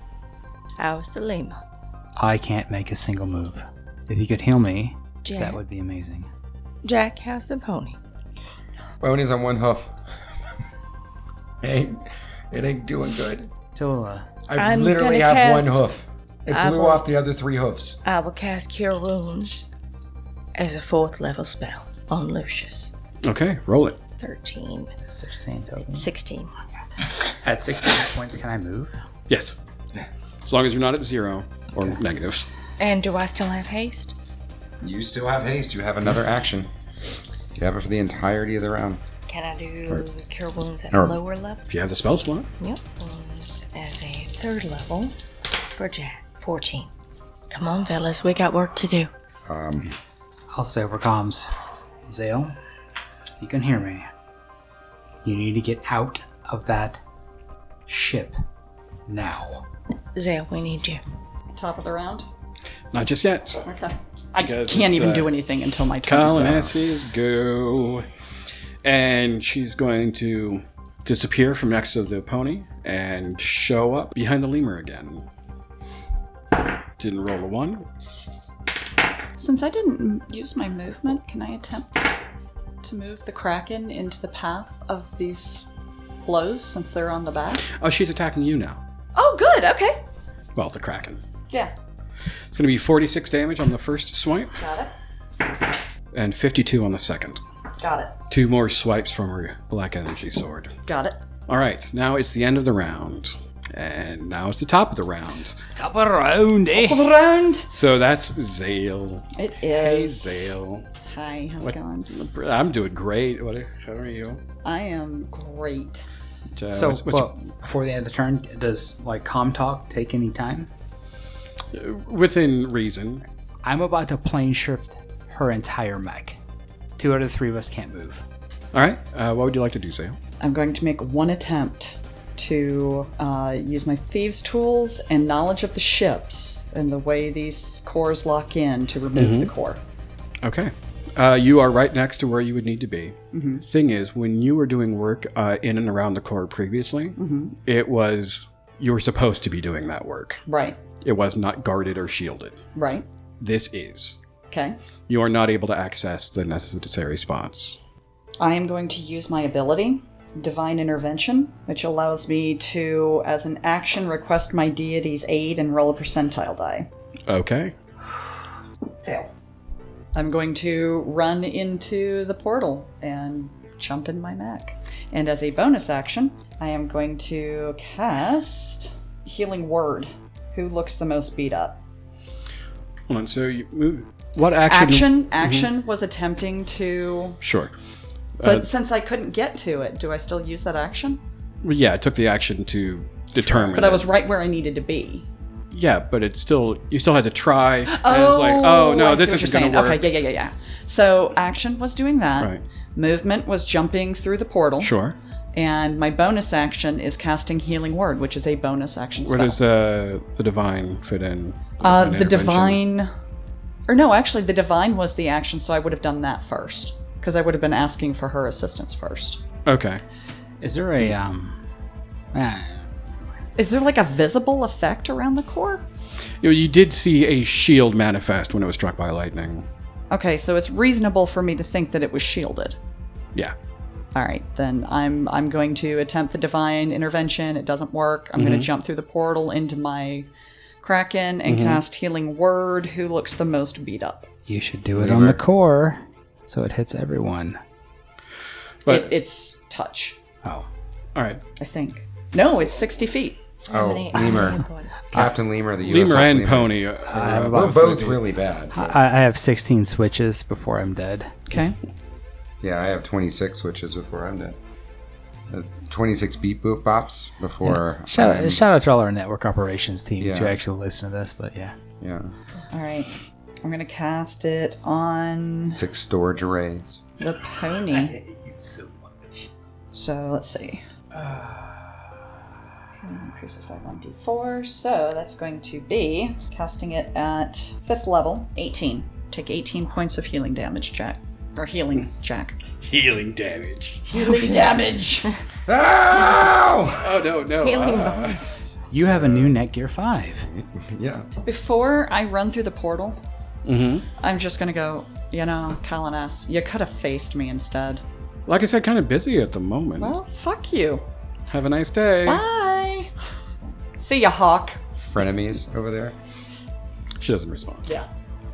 Speaker 5: how's the lima?
Speaker 2: I can't make a single move. If you could heal me,
Speaker 5: Jack,
Speaker 2: that would be amazing.
Speaker 5: Jack, how's the pony?
Speaker 3: Boney's on one hoof. *laughs* hey, it ain't doing good.
Speaker 2: Tola,
Speaker 3: I
Speaker 5: I'm
Speaker 3: literally
Speaker 5: gonna
Speaker 3: have one
Speaker 5: cast-
Speaker 3: hoof. It
Speaker 5: I
Speaker 3: blew
Speaker 5: will-
Speaker 3: off the other three hoofs.
Speaker 5: I will cast Cure Wounds as a fourth level spell on Lucius.
Speaker 1: Okay, roll it.
Speaker 5: 13,
Speaker 2: 16 tokens.
Speaker 5: 16.
Speaker 2: At 16 points, can I move?
Speaker 1: Yes. As long as you're not at zero or negatives.
Speaker 5: And do I still have haste?
Speaker 3: You still have haste. You have another action. You have it for the entirety of the round.
Speaker 5: Can I do Cure Wounds at
Speaker 3: Or-
Speaker 5: lower level?
Speaker 1: If you have the spell slot,
Speaker 5: Yep. Wounds as a third level for Jack. 14. Come on, fellas, we got work to do.
Speaker 3: Um,
Speaker 2: I'll say over comms. Zale, if you can hear me, you need to get out of that ship now.
Speaker 5: Zale, we need you.
Speaker 4: Top of the round.
Speaker 1: not just yet.
Speaker 4: Okay. I
Speaker 1: Because
Speaker 4: can't
Speaker 1: it's,
Speaker 4: even
Speaker 1: uh,
Speaker 4: do anything until my turn.
Speaker 1: Colin
Speaker 4: so-
Speaker 1: Essie's go. And she's going to disappear from next to the pony and show up behind the lemur again. Didn't roll a one.
Speaker 4: Since I didn't m- use my movement, can I attempt to move the Kraken into the path of these blows since they're on the back?
Speaker 1: Oh, she's attacking you now.
Speaker 4: Oh, good. Okay.
Speaker 1: Well, the kraken.
Speaker 4: Yeah.
Speaker 1: It's going to be 46 damage on the first swipe
Speaker 4: Got it.
Speaker 1: and 52 on the second.
Speaker 4: Got it.
Speaker 1: Two more swipes from her black energy sword.
Speaker 4: Got it.
Speaker 1: All right, now it's the end of the round. And now it's the top of the round.
Speaker 2: Top around, eh?
Speaker 4: Round.
Speaker 1: So that's Zale.
Speaker 4: It
Speaker 1: Hey,
Speaker 4: is.
Speaker 1: Zale.
Speaker 4: Hi. How's it going?
Speaker 1: I'm doing great. What? How are you?
Speaker 4: I am great.
Speaker 1: Uh,
Speaker 2: So,
Speaker 1: what's- what's-
Speaker 2: well, before the end of the turn, does like com talk take any time?
Speaker 1: within reason.
Speaker 2: I'm about to plane shift her entire mech. Two out of the three of us can't move.
Speaker 1: All right. Uh, what would you like to do, Zale?
Speaker 4: I'm going to make one attempt to uh, use my thieves' tools and knowledge of the ships and the way these cores lock in to remove the core.
Speaker 1: Okay. Uh, you are right next to where you would need to be. Thing is, when you were doing work uh, in and around the core previously, it was you were supposed to be doing that work.
Speaker 4: Right.
Speaker 1: It was not guarded or shielded.
Speaker 4: Right.
Speaker 1: This is.
Speaker 4: Okay.
Speaker 1: You are not able to access the necessary spots.
Speaker 4: I am going to use my ability, Divine Intervention, which allows me to, as an action, request my deity's aid and roll a percentile die.
Speaker 1: Okay.
Speaker 4: Fail. I'm going to run into the portal and jump in my mech. And as a bonus action, I am going to cast Healing Word. Who looks the most beat up?
Speaker 1: Hold on. So you move. What action?
Speaker 4: Action, action was attempting to.
Speaker 1: Sure. Uh,
Speaker 4: But since I couldn't get to it, do I still use that action?
Speaker 1: Well, yeah, it took the action to determine.
Speaker 4: But I was right where I needed to be.
Speaker 1: Yeah, but it's still you still had to try. and it was like, oh no,
Speaker 4: I see
Speaker 1: this
Speaker 4: what
Speaker 1: isn't
Speaker 4: you're
Speaker 1: going to
Speaker 4: saying.
Speaker 1: work.
Speaker 4: Okay, yeah, yeah, yeah, yeah. So action was doing that.
Speaker 1: Right.
Speaker 4: Movement was jumping through the portal.
Speaker 1: Sure.
Speaker 4: And my bonus action is casting Healing Word, which is a bonus action
Speaker 1: Where
Speaker 4: spell.
Speaker 1: does uh, the divine fit in?
Speaker 4: uh,
Speaker 1: An
Speaker 4: the
Speaker 1: intervention?
Speaker 4: divine, or no, actually, the divine was the action, so I would have done that first because I would have been asking for her assistance first.
Speaker 1: Okay.
Speaker 2: Is there a um? ah,
Speaker 4: Is there like a visible effect around the core?
Speaker 1: You, you did see a shield manifest when it was struck by lightning.
Speaker 4: Okay, so it's reasonable for me to think that it was shielded.
Speaker 1: Yeah.
Speaker 4: All right, then I'm I'm going to attempt the divine intervention. It doesn't work. I'm
Speaker 1: Mm-hmm.
Speaker 4: going to jump through the portal into my kraken
Speaker 1: Mm-hmm.
Speaker 4: and cast healing word. Who looks the most beat up?
Speaker 2: you should do it on the core, so it hits everyone.
Speaker 1: But
Speaker 4: it, it's touch,
Speaker 2: Oh,
Speaker 1: all right,
Speaker 4: I think. No, it's 60 feet.
Speaker 3: oh,
Speaker 5: *laughs* many
Speaker 3: lemur,
Speaker 5: points?
Speaker 2: Uh,
Speaker 3: Captain Lemur, the USS
Speaker 1: lemur and
Speaker 3: Lemur.
Speaker 1: pony. Are,
Speaker 2: I'm
Speaker 1: uh,
Speaker 2: about
Speaker 3: We're
Speaker 2: to
Speaker 3: both
Speaker 2: sleep.
Speaker 3: really bad.
Speaker 2: I, I have 16 switches before I'm dead.
Speaker 4: Okay.
Speaker 3: Yeah, I have 26 switches before I'm done. uh, 26 beat boop bops before.
Speaker 2: Shout
Speaker 3: I'm-
Speaker 2: out, shout out to all our network operations teams who
Speaker 3: Um, Yeah.
Speaker 2: actually listen to this, but yeah.
Speaker 3: Yeah.
Speaker 4: All right. I'm going to cast it on
Speaker 3: Six storage arrays.
Speaker 4: the pony. I hate you so much. So let's see. Uh, increases by 1d4. So that's going to be casting it at 5th level, 18. Take 18 points of healing damage, Jack. Or healing, Jack.
Speaker 1: Healing damage.
Speaker 4: Healing damage!
Speaker 3: Ow!
Speaker 1: Oh no, no.
Speaker 5: Healing
Speaker 1: uh,
Speaker 5: bonus.
Speaker 2: You have a new Netgear 5.
Speaker 3: *laughs* Yeah.
Speaker 4: Before I run through the portal,
Speaker 1: mhm.
Speaker 4: I'm just going to go, you know, Colin S., you could have faced me instead.
Speaker 1: Uh, Like I said, kind of busy at the moment.
Speaker 4: Well, fuck you.
Speaker 1: Have a nice day.
Speaker 4: Bye! *laughs* See ya, Hawk.
Speaker 3: Frenemies over there.
Speaker 1: She doesn't respond.
Speaker 4: Yeah,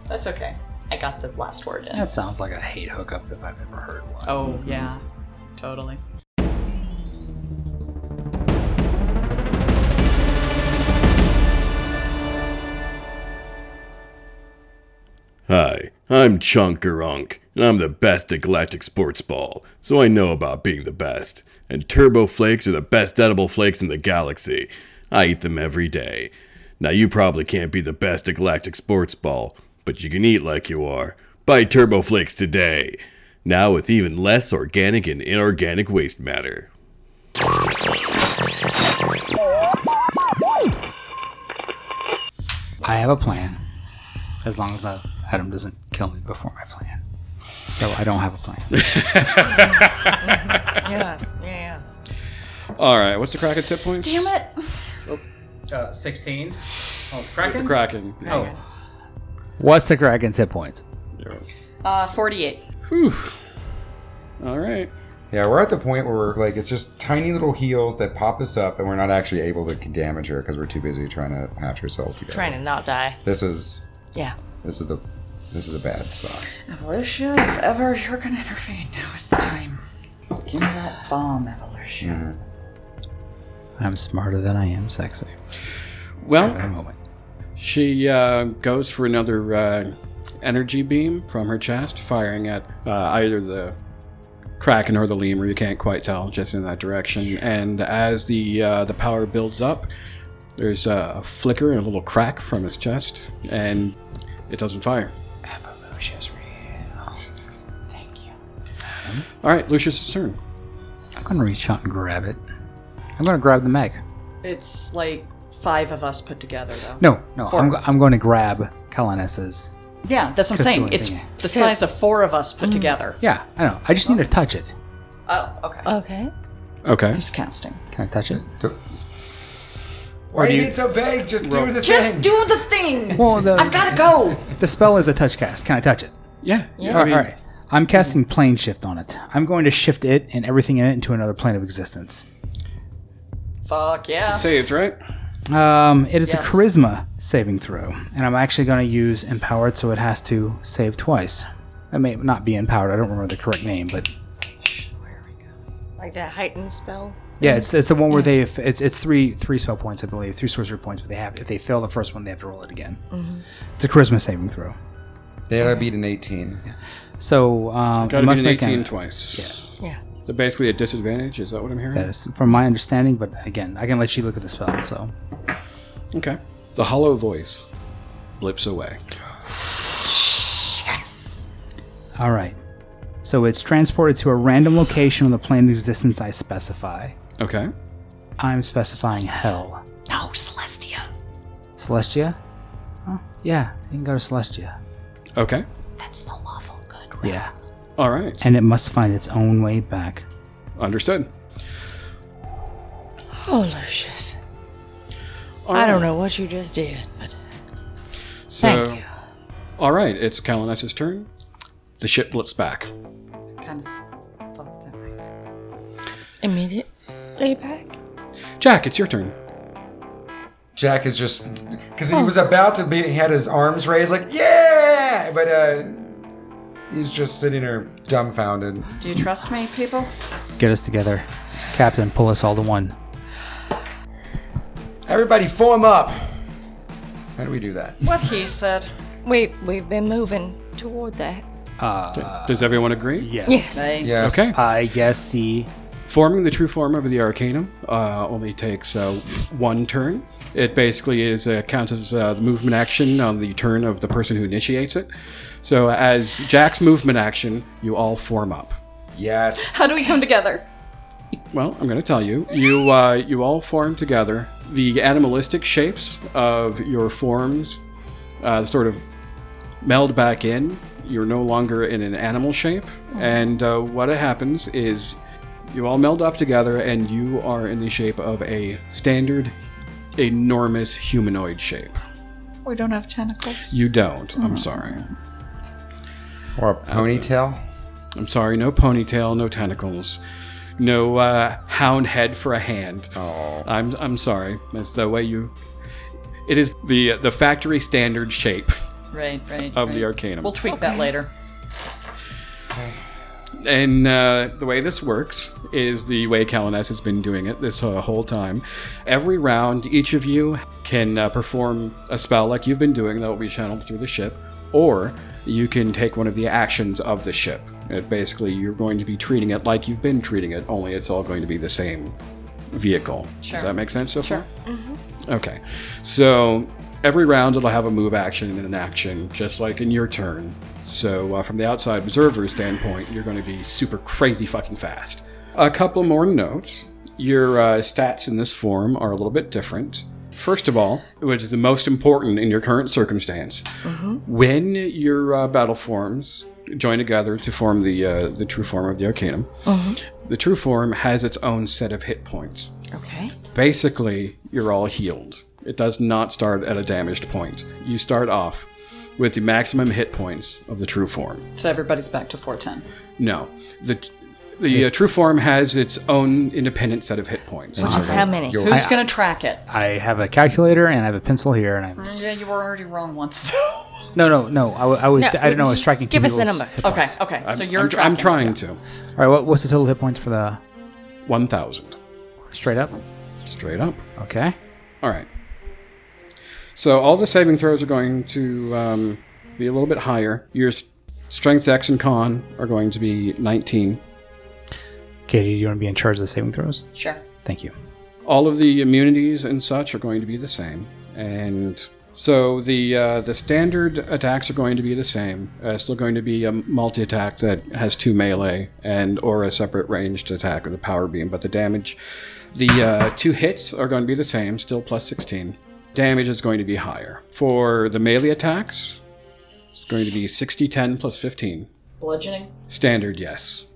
Speaker 4: that's okay. I got the last word in.
Speaker 2: That sounds like a hate hookup if I've ever heard one.
Speaker 4: Oh, yeah, totally.
Speaker 7: Hi, I'm Chunkerunk, and I'm the best at Galactic Sports Ball, so I know about being the best. And Turbo Flakes are the best edible flakes in the galaxy. I eat them every day. Now, you probably can't be the best at Galactic Sports Ball, but you can eat like you are. Buy Turbo Flakes today! Now, with even less organic and inorganic waste matter.
Speaker 2: I have a plan. As long as uh, Adam doesn't kill me before my plan. So I don't have a plan.
Speaker 5: Yeah, yeah, yeah.
Speaker 1: All right, what's the Kraken's hit points?
Speaker 4: Damn it!
Speaker 2: Uh, 16. Oh, Kraken? Oh.
Speaker 1: Kraken.
Speaker 2: What's the Kraken's hit points?
Speaker 4: Uh, 48.
Speaker 1: Whew. All right.
Speaker 3: Yeah, we're at the point where we're like, it's just tiny little heels that pop us up, and we're not actually able to damage her because we're too busy trying to hatch ourselves together.
Speaker 5: Trying to not *laughs* die.
Speaker 3: This is
Speaker 5: Yeah.
Speaker 3: this is the this is a bad spot.
Speaker 4: Evolution, if ever you're gonna intervene, now is the time. Give me that bomb, Evolution.
Speaker 2: I'm smarter than I am sexy.
Speaker 1: Well,
Speaker 2: Moment.
Speaker 1: she uh, goes for another uh, energy beam from her chest, firing at uh, either the Kraken or the lemur. You can't quite tell, just in that direction. And as the uh, the power builds up, there's a flicker and a little crack from his chest, and it doesn't fire.
Speaker 2: Evolution's real. Thank you.
Speaker 1: All right, Lucius's turn.
Speaker 2: I'm gonna reach out and grab it. I'm gonna grab the mech.
Speaker 4: It's like five of us put together, though.
Speaker 2: No, no,
Speaker 4: Four
Speaker 2: I'm,
Speaker 4: of
Speaker 2: go-
Speaker 4: us.
Speaker 2: I'm going to grab Kalanessa's.
Speaker 4: Yeah, that's what I'm saying.
Speaker 2: Crystalline
Speaker 4: It's
Speaker 2: thingy.
Speaker 4: the size of four of us put together.
Speaker 2: Yeah, I know. I just need to touch it.
Speaker 4: Mm. Oh, okay.
Speaker 5: Okay.
Speaker 1: Okay.
Speaker 4: He's casting.
Speaker 2: Can I touch it?
Speaker 3: Why do you need so vague? Just do the
Speaker 4: Just do the thing!
Speaker 2: Well, Oh, the,
Speaker 4: I've gotta go!
Speaker 2: the spell is a touch cast. Can I touch it?
Speaker 1: Yeah.
Speaker 5: Yeah.
Speaker 1: I mean,
Speaker 2: All right. I'm casting plane shift on it. I'm going to shift it and everything in it into another plane of existence.
Speaker 4: Fuck yeah.
Speaker 1: Saved, right?
Speaker 2: Um, it is a
Speaker 4: Yes.
Speaker 2: charisma saving throw, and I'm actually going to use empowered, so it has to save twice. It may not be empowered. I don't remember the correct name, but
Speaker 5: Like that heightened spell.
Speaker 2: yeah, it's, it's the one where they it's it's three three spell points, I believe, three sorcery points. But they have if they fail the first one, they have to roll it again. It's a charisma saving throw.
Speaker 3: They had to beat an 18.
Speaker 2: So um, it
Speaker 1: Got to
Speaker 2: must
Speaker 1: be an
Speaker 2: make
Speaker 1: 18
Speaker 2: an,
Speaker 1: twice. Yeah.
Speaker 5: Yeah.
Speaker 1: So basically a disadvantage. Is that what I'm hearing?
Speaker 2: that is from my understanding, but again, I can let you look at the spell. So
Speaker 1: Okay. The hollow voice blips away.
Speaker 2: All right. So it's transported to a random location on the plane of existence I specify.
Speaker 1: Okay.
Speaker 2: I'm specifying hell.
Speaker 4: No, Celestia.
Speaker 2: Celestia? Huh? Yeah, you can go to Celestia.
Speaker 1: Okay.
Speaker 2: Yeah.
Speaker 1: All right.
Speaker 2: And it must find its own way back.
Speaker 1: Understood.
Speaker 5: Oh, Lucius.
Speaker 1: All
Speaker 5: I don't
Speaker 1: right.
Speaker 5: know what you just did, but
Speaker 1: So,
Speaker 5: thank you.
Speaker 1: All right. It's Kalaness's turn. The ship blips back.
Speaker 4: Kind of thought that way.
Speaker 5: Immediately back.
Speaker 1: Jack, it's your turn.
Speaker 3: Jack is just because he was about to be he had his arms raised like yeah, but uh, he's just sitting there dumbfounded.
Speaker 4: Do you trust me, people?
Speaker 2: Get us together. Captain, pull us all to one.
Speaker 3: Everybody form up. How do we do that?
Speaker 4: What he said.
Speaker 5: We we've been moving toward that.
Speaker 1: Does everyone agree?
Speaker 2: Yes.
Speaker 5: Yes.
Speaker 4: They
Speaker 3: Yes.
Speaker 1: Okay.
Speaker 2: I guess see.
Speaker 1: Forming the true form of the Arcanum uh, only takes uh, one turn. It basically is uh, counts as uh, the movement action on the turn of the person who initiates it. So, as Jack's movement action, you all form up.
Speaker 3: Yes.
Speaker 4: How do we come together?
Speaker 1: Well, I'm going to tell you. You uh, you all form together. The animalistic shapes of your forms uh, sort of meld back in. You're no longer in an animal shape,
Speaker 4: Hmm.
Speaker 1: and uh, what happens is you all meld up together, and you are in the shape of a standard, enormous humanoid shape.
Speaker 4: We don't have tentacles. Oh.
Speaker 1: You don't. I'm sorry.
Speaker 3: Or a ponytail.
Speaker 1: I'm sorry. No ponytail. No tentacles. No uh, hound head for a hand.
Speaker 3: Oh.
Speaker 1: I'm I'm sorry. That's the way you. It is the the factory standard shape
Speaker 4: Right, right.
Speaker 1: of the
Speaker 4: right.
Speaker 1: Arcanum,
Speaker 4: We'll tweak that later.
Speaker 1: and uh, the way this works is the way Kalanes has been doing it this uh, whole time. Every round, each of you can uh, perform a spell like you've been doing that will be channeled through the ship, or you can take one of the actions of the ship. It basically, you're going to be treating it like you've been treating it, only it's all going to be the same vehicle.
Speaker 4: Sure.
Speaker 1: Does that make sense so far? Okay. So every round it'll have a move action and an action, just like in your turn. So uh, from the outside observer standpoint, you're going to be super crazy fucking fast. A couple more notes. Your uh, stats in this form are a little bit different. First of all, which is the most important in your current circumstance, when your uh, battle forms join together to form the uh, the true form of the Arcanum, the true form has its own set of hit points
Speaker 5: Okay.
Speaker 1: basically you're all healed. It does not start at a damaged point. You start off with the maximum hit points of the true form.
Speaker 4: So everybody's back to 410.
Speaker 1: No, the the uh, true form has its own independent set of hit points.
Speaker 5: Which is how many?
Speaker 4: Who's going to track it?
Speaker 2: I have a calculator and I have a pencil here, and I'm
Speaker 4: Yeah, you were already wrong once, though.
Speaker 2: no, no, no. I, wa- I was,
Speaker 5: No,
Speaker 2: I didn't know. I was
Speaker 5: just
Speaker 2: tracking. two
Speaker 5: give us the
Speaker 2: people's
Speaker 5: number.
Speaker 2: hit
Speaker 4: *laughs* okay,
Speaker 2: points.
Speaker 4: okay. so
Speaker 1: I'm-
Speaker 4: you're
Speaker 1: I'm,
Speaker 4: tracking.
Speaker 1: I'm trying to.
Speaker 2: All right. What, what's the total hit points for the
Speaker 1: 1,000.
Speaker 2: straight up?
Speaker 1: Straight up.
Speaker 2: Okay.
Speaker 1: All right. So all the saving throws are going to um, be a little bit higher. Your s- strength, X, and con are going to be 19.
Speaker 2: Katie, do you want to be in charge of the saving throws?
Speaker 4: Sure.
Speaker 2: Thank you.
Speaker 1: all of the immunities and such are going to be the same, and so the uh, the standard attacks are going to be the same. Uh, still going to be a multi attack that has two melee and or a separate ranged attack with a power beam, but the damage, the uh, two hits are going to be the same, still plus sixteen. Damage is going to be higher for the melee attacks. It's going to be 60 10 plus 15.
Speaker 4: Bludgeoning.
Speaker 1: Standard, yes.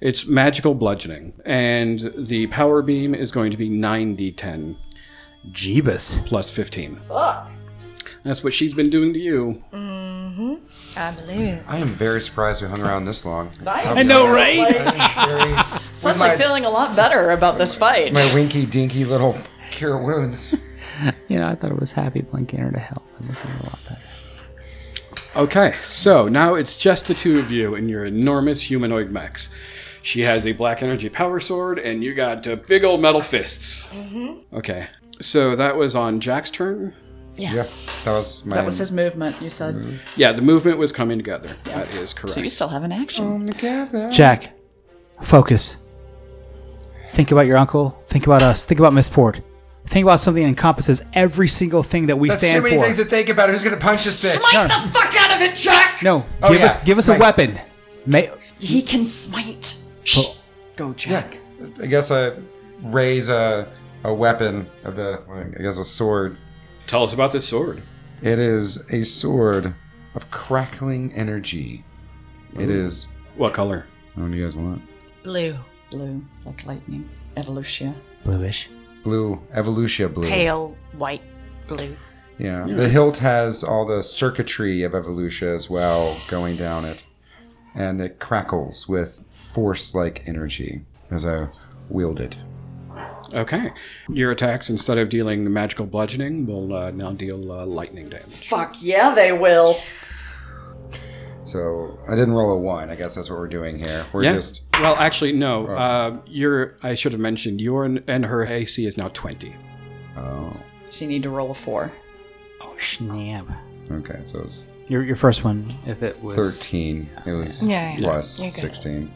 Speaker 1: It's magical bludgeoning, and the power beam is going to be 9d10
Speaker 2: Jeebus.
Speaker 1: plus 15. Fuck. That's what she's been doing to you.
Speaker 5: I believe it.
Speaker 3: I am very surprised we hung around this long.
Speaker 4: I
Speaker 3: know,
Speaker 4: right?
Speaker 3: Very-
Speaker 4: *laughs*
Speaker 3: *laughs*
Speaker 4: Suddenly
Speaker 3: my-
Speaker 4: feeling a lot better about this fight.
Speaker 3: my winky dinky little cure wounds.
Speaker 2: You know, I thought it was happy Blinkaner to help, but this is a lot better.
Speaker 1: Okay, so now it's just the two of you in your enormous humanoid mechs. She has a black energy power sword, and you got uh, big old metal fists. Mm-hmm. Okay, so that was on Jack's turn.
Speaker 3: Yep, that was my.
Speaker 4: That was his movement, you said.
Speaker 1: Yeah, the movement was coming together. That is correct.
Speaker 4: So you still have an action.
Speaker 2: Jack, focus. Think about your uncle. Think about us. Think about Miss Port. Think about something that encompasses every single thing that we
Speaker 3: That's
Speaker 2: stand
Speaker 3: too many
Speaker 2: for.
Speaker 3: things to think about. I'm just gonna punch this bitch.
Speaker 4: Smite the fuck out of it, Jack!
Speaker 2: no,
Speaker 3: Oh,
Speaker 2: give
Speaker 3: yeah,
Speaker 2: us give us
Speaker 3: smite.
Speaker 2: a weapon. May-
Speaker 4: He can smite. Shh. Go, Jack.
Speaker 3: I guess I raise a a weapon of the. I guess a sword.
Speaker 1: Tell us about this sword.
Speaker 3: It is a sword of crackling energy. It is.
Speaker 1: What color?
Speaker 3: What do you guys want?
Speaker 5: Blue.
Speaker 4: Blue, like lightning. Evolution.
Speaker 2: Bluish.
Speaker 3: Blue evolution blue.
Speaker 5: Pale white blue.
Speaker 3: Yeah. The hilt has all the circuitry of Evolution as well going down it. And it crackles with force like energy as I wield it.
Speaker 1: Okay. Your attacks, instead of dealing magical bludgeoning, will uh, now deal uh, lightning damage.
Speaker 4: Fuck yeah, they will.
Speaker 3: So I didn't roll a one. I guess that's what we're doing here. We're just.
Speaker 1: Well, actually, no. Uh, your I should have mentioned your and- and her AC is now twenty.
Speaker 3: Oh.
Speaker 4: She need to roll a four.
Speaker 2: Oh snap!
Speaker 3: Okay. So it's
Speaker 2: Your your first one, if it was
Speaker 3: 13. It was
Speaker 5: Yeah, yeah, yeah.
Speaker 3: plus
Speaker 5: You're good.
Speaker 3: 16.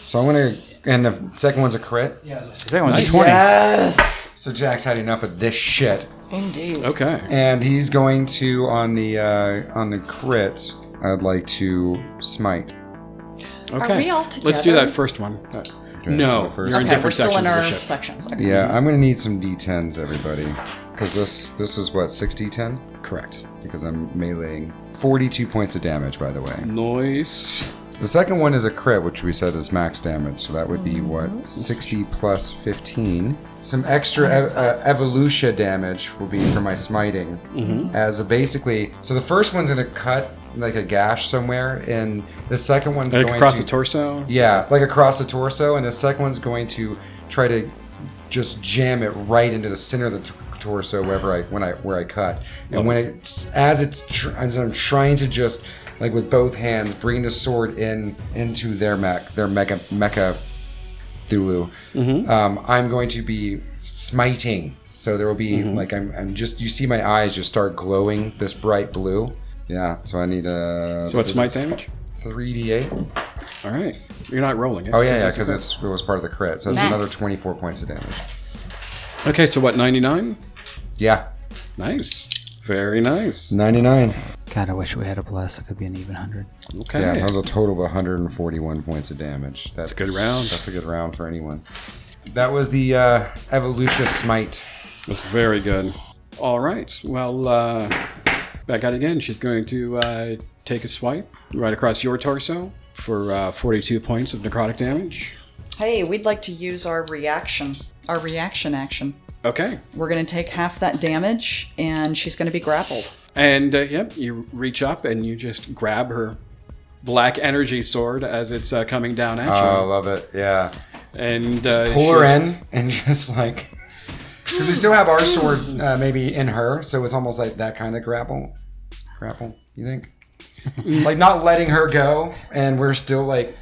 Speaker 3: So I'm going to And the second one's a crit.
Speaker 2: Second one's a 20.
Speaker 4: Yes.
Speaker 3: So Jack's had enough of this shit,
Speaker 5: Indeed.
Speaker 1: Okay.
Speaker 3: and he's going to on the uh, on the crit. I'd like to smite.
Speaker 1: Okay.
Speaker 4: we all
Speaker 1: Let's do
Speaker 4: together?
Speaker 1: that first one. Uh,
Speaker 3: Okay, so
Speaker 1: no,
Speaker 3: the first-
Speaker 1: you're in
Speaker 4: Okay, we're
Speaker 1: different
Speaker 4: still
Speaker 1: sections
Speaker 4: in
Speaker 1: of
Speaker 4: our
Speaker 1: the ship.
Speaker 4: sections. Okay.
Speaker 3: Yeah, I'm gonna need some d10s, everybody, because this this is what 6d10
Speaker 1: Correct.
Speaker 3: because I'm meleeing. 42 points of damage, by the way.
Speaker 1: Noise.
Speaker 3: The second one is a crit, which we said is max damage, so that would be what 60 plus 15. Some extra ev- uh, evolution damage will be for my smiting, as a basically. So the first one's gonna cut like a gash somewhere, and the second one's
Speaker 1: Like
Speaker 3: going
Speaker 1: across
Speaker 3: to
Speaker 1: the torso.
Speaker 3: Yeah, like across the torso, and the second one's going to try to just jam it right into the center of the t- torso, wherever I when I where I cut. And when it as it's tr- as I'm trying to just like with both hands bring the sword in into their mech, their mecha mecha Thulu, um, I'm going to be smiting. So there will be like I'm, I'm just you see my eyes just start glowing this bright blue. Yeah, so I need uh, a
Speaker 1: So it's smite damage.
Speaker 3: 3d8.
Speaker 1: All right. You're not rolling it.
Speaker 3: Oh yeah, yeah,
Speaker 1: it's a
Speaker 3: because
Speaker 1: crit.
Speaker 3: it's it was part of the crit, so it's
Speaker 5: Nice.
Speaker 3: another twenty-four points of damage.
Speaker 1: Okay, so what, 99?
Speaker 3: Yeah,
Speaker 1: Nice. Very nice.
Speaker 3: ninety-nine.
Speaker 2: God, I wish we had a plus. It could be an even 100.
Speaker 1: Okay.
Speaker 3: Yeah, that was a total of one hundred and forty-one points of damage. That's,
Speaker 1: a good round.
Speaker 3: That's a good round for anyone. That was the uh, Evolution Smite.
Speaker 1: That's very good. All right. Well, uh, back out again. She's going to uh, take a swipe right across your torso for uh, 42 points of necrotic damage.
Speaker 4: Hey, we'd like to use our reaction. Our reaction action.
Speaker 1: Okay.
Speaker 4: We're going to take half that damage, and she's going to be grappled.
Speaker 1: And uh, yep, you reach up and you just grab her black energy sword as it's uh, coming down at you.
Speaker 3: Oh, I love it. Yeah,
Speaker 1: and uh,
Speaker 3: pull her
Speaker 1: she's-
Speaker 3: in and *laughs* just like because we still have our sword uh, maybe in her, so it's almost like that kind of grapple. Grapple, you think?
Speaker 1: Mm.
Speaker 3: like not letting her go, and we're still like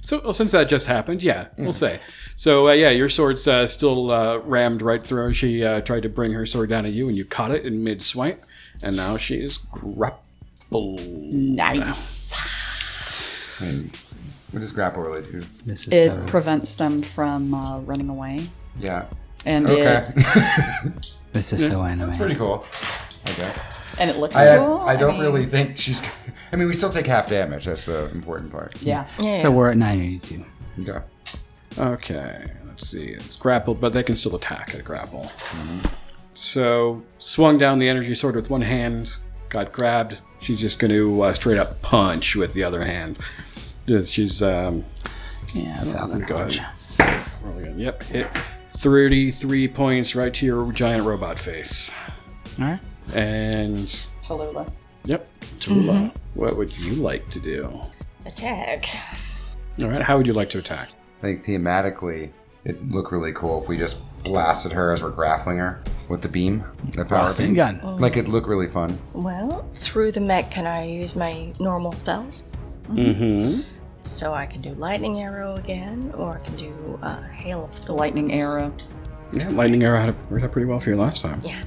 Speaker 1: So well, since that just happened, yeah, we'll say. So uh, yeah, your sword's uh, still uh, rammed right through. She uh, tried to bring her sword down at you, and you caught it in mid swipe, and now she is grappled.
Speaker 4: Nice.
Speaker 3: what does grapple really do?
Speaker 2: This is
Speaker 4: It
Speaker 2: so-
Speaker 4: prevents them from uh, running away.
Speaker 3: Yeah.
Speaker 4: And
Speaker 3: Okay.
Speaker 4: it
Speaker 2: This is so anime.
Speaker 3: Pretty cool. I guess.
Speaker 4: and it looks
Speaker 3: I,
Speaker 4: cool.
Speaker 3: I don't
Speaker 4: mean,
Speaker 3: really think she's. *laughs* I mean, we still take half damage. That's the important part.
Speaker 4: Yeah.
Speaker 5: Yeah.
Speaker 2: So we're at 982.
Speaker 3: Yeah.
Speaker 1: Okay, let's see. It's grappled, but they can still attack at grapple. So swung down the energy sword with one hand, got grabbed. She's just going to uh, straight up punch with the other hand. Just- She's um,
Speaker 2: Yeah, Falcon.
Speaker 1: Go ahead. Roll again. Yep, hit 33 points right to your giant robot face.
Speaker 2: All right.
Speaker 1: And
Speaker 4: Tallulah.
Speaker 1: yep, Tula,
Speaker 3: Mm-hmm.
Speaker 1: what would you like to do?
Speaker 5: attack.
Speaker 1: All right, how would you like to attack?
Speaker 3: I think thematically, it'd look really cool if we just blasted her as we're grappling her with the beam, the power
Speaker 2: Same
Speaker 3: beam.
Speaker 2: gun.
Speaker 3: Like it'd look really fun.
Speaker 5: Well, through the mech, can I use my normal spells? Mm-hmm. So I can do lightning arrow again, or I can do uh, hail of
Speaker 4: The
Speaker 5: thorns.
Speaker 4: lightning arrow.
Speaker 1: Yeah, lightning arrow had it- worked out pretty well for you last time.
Speaker 5: Yeah.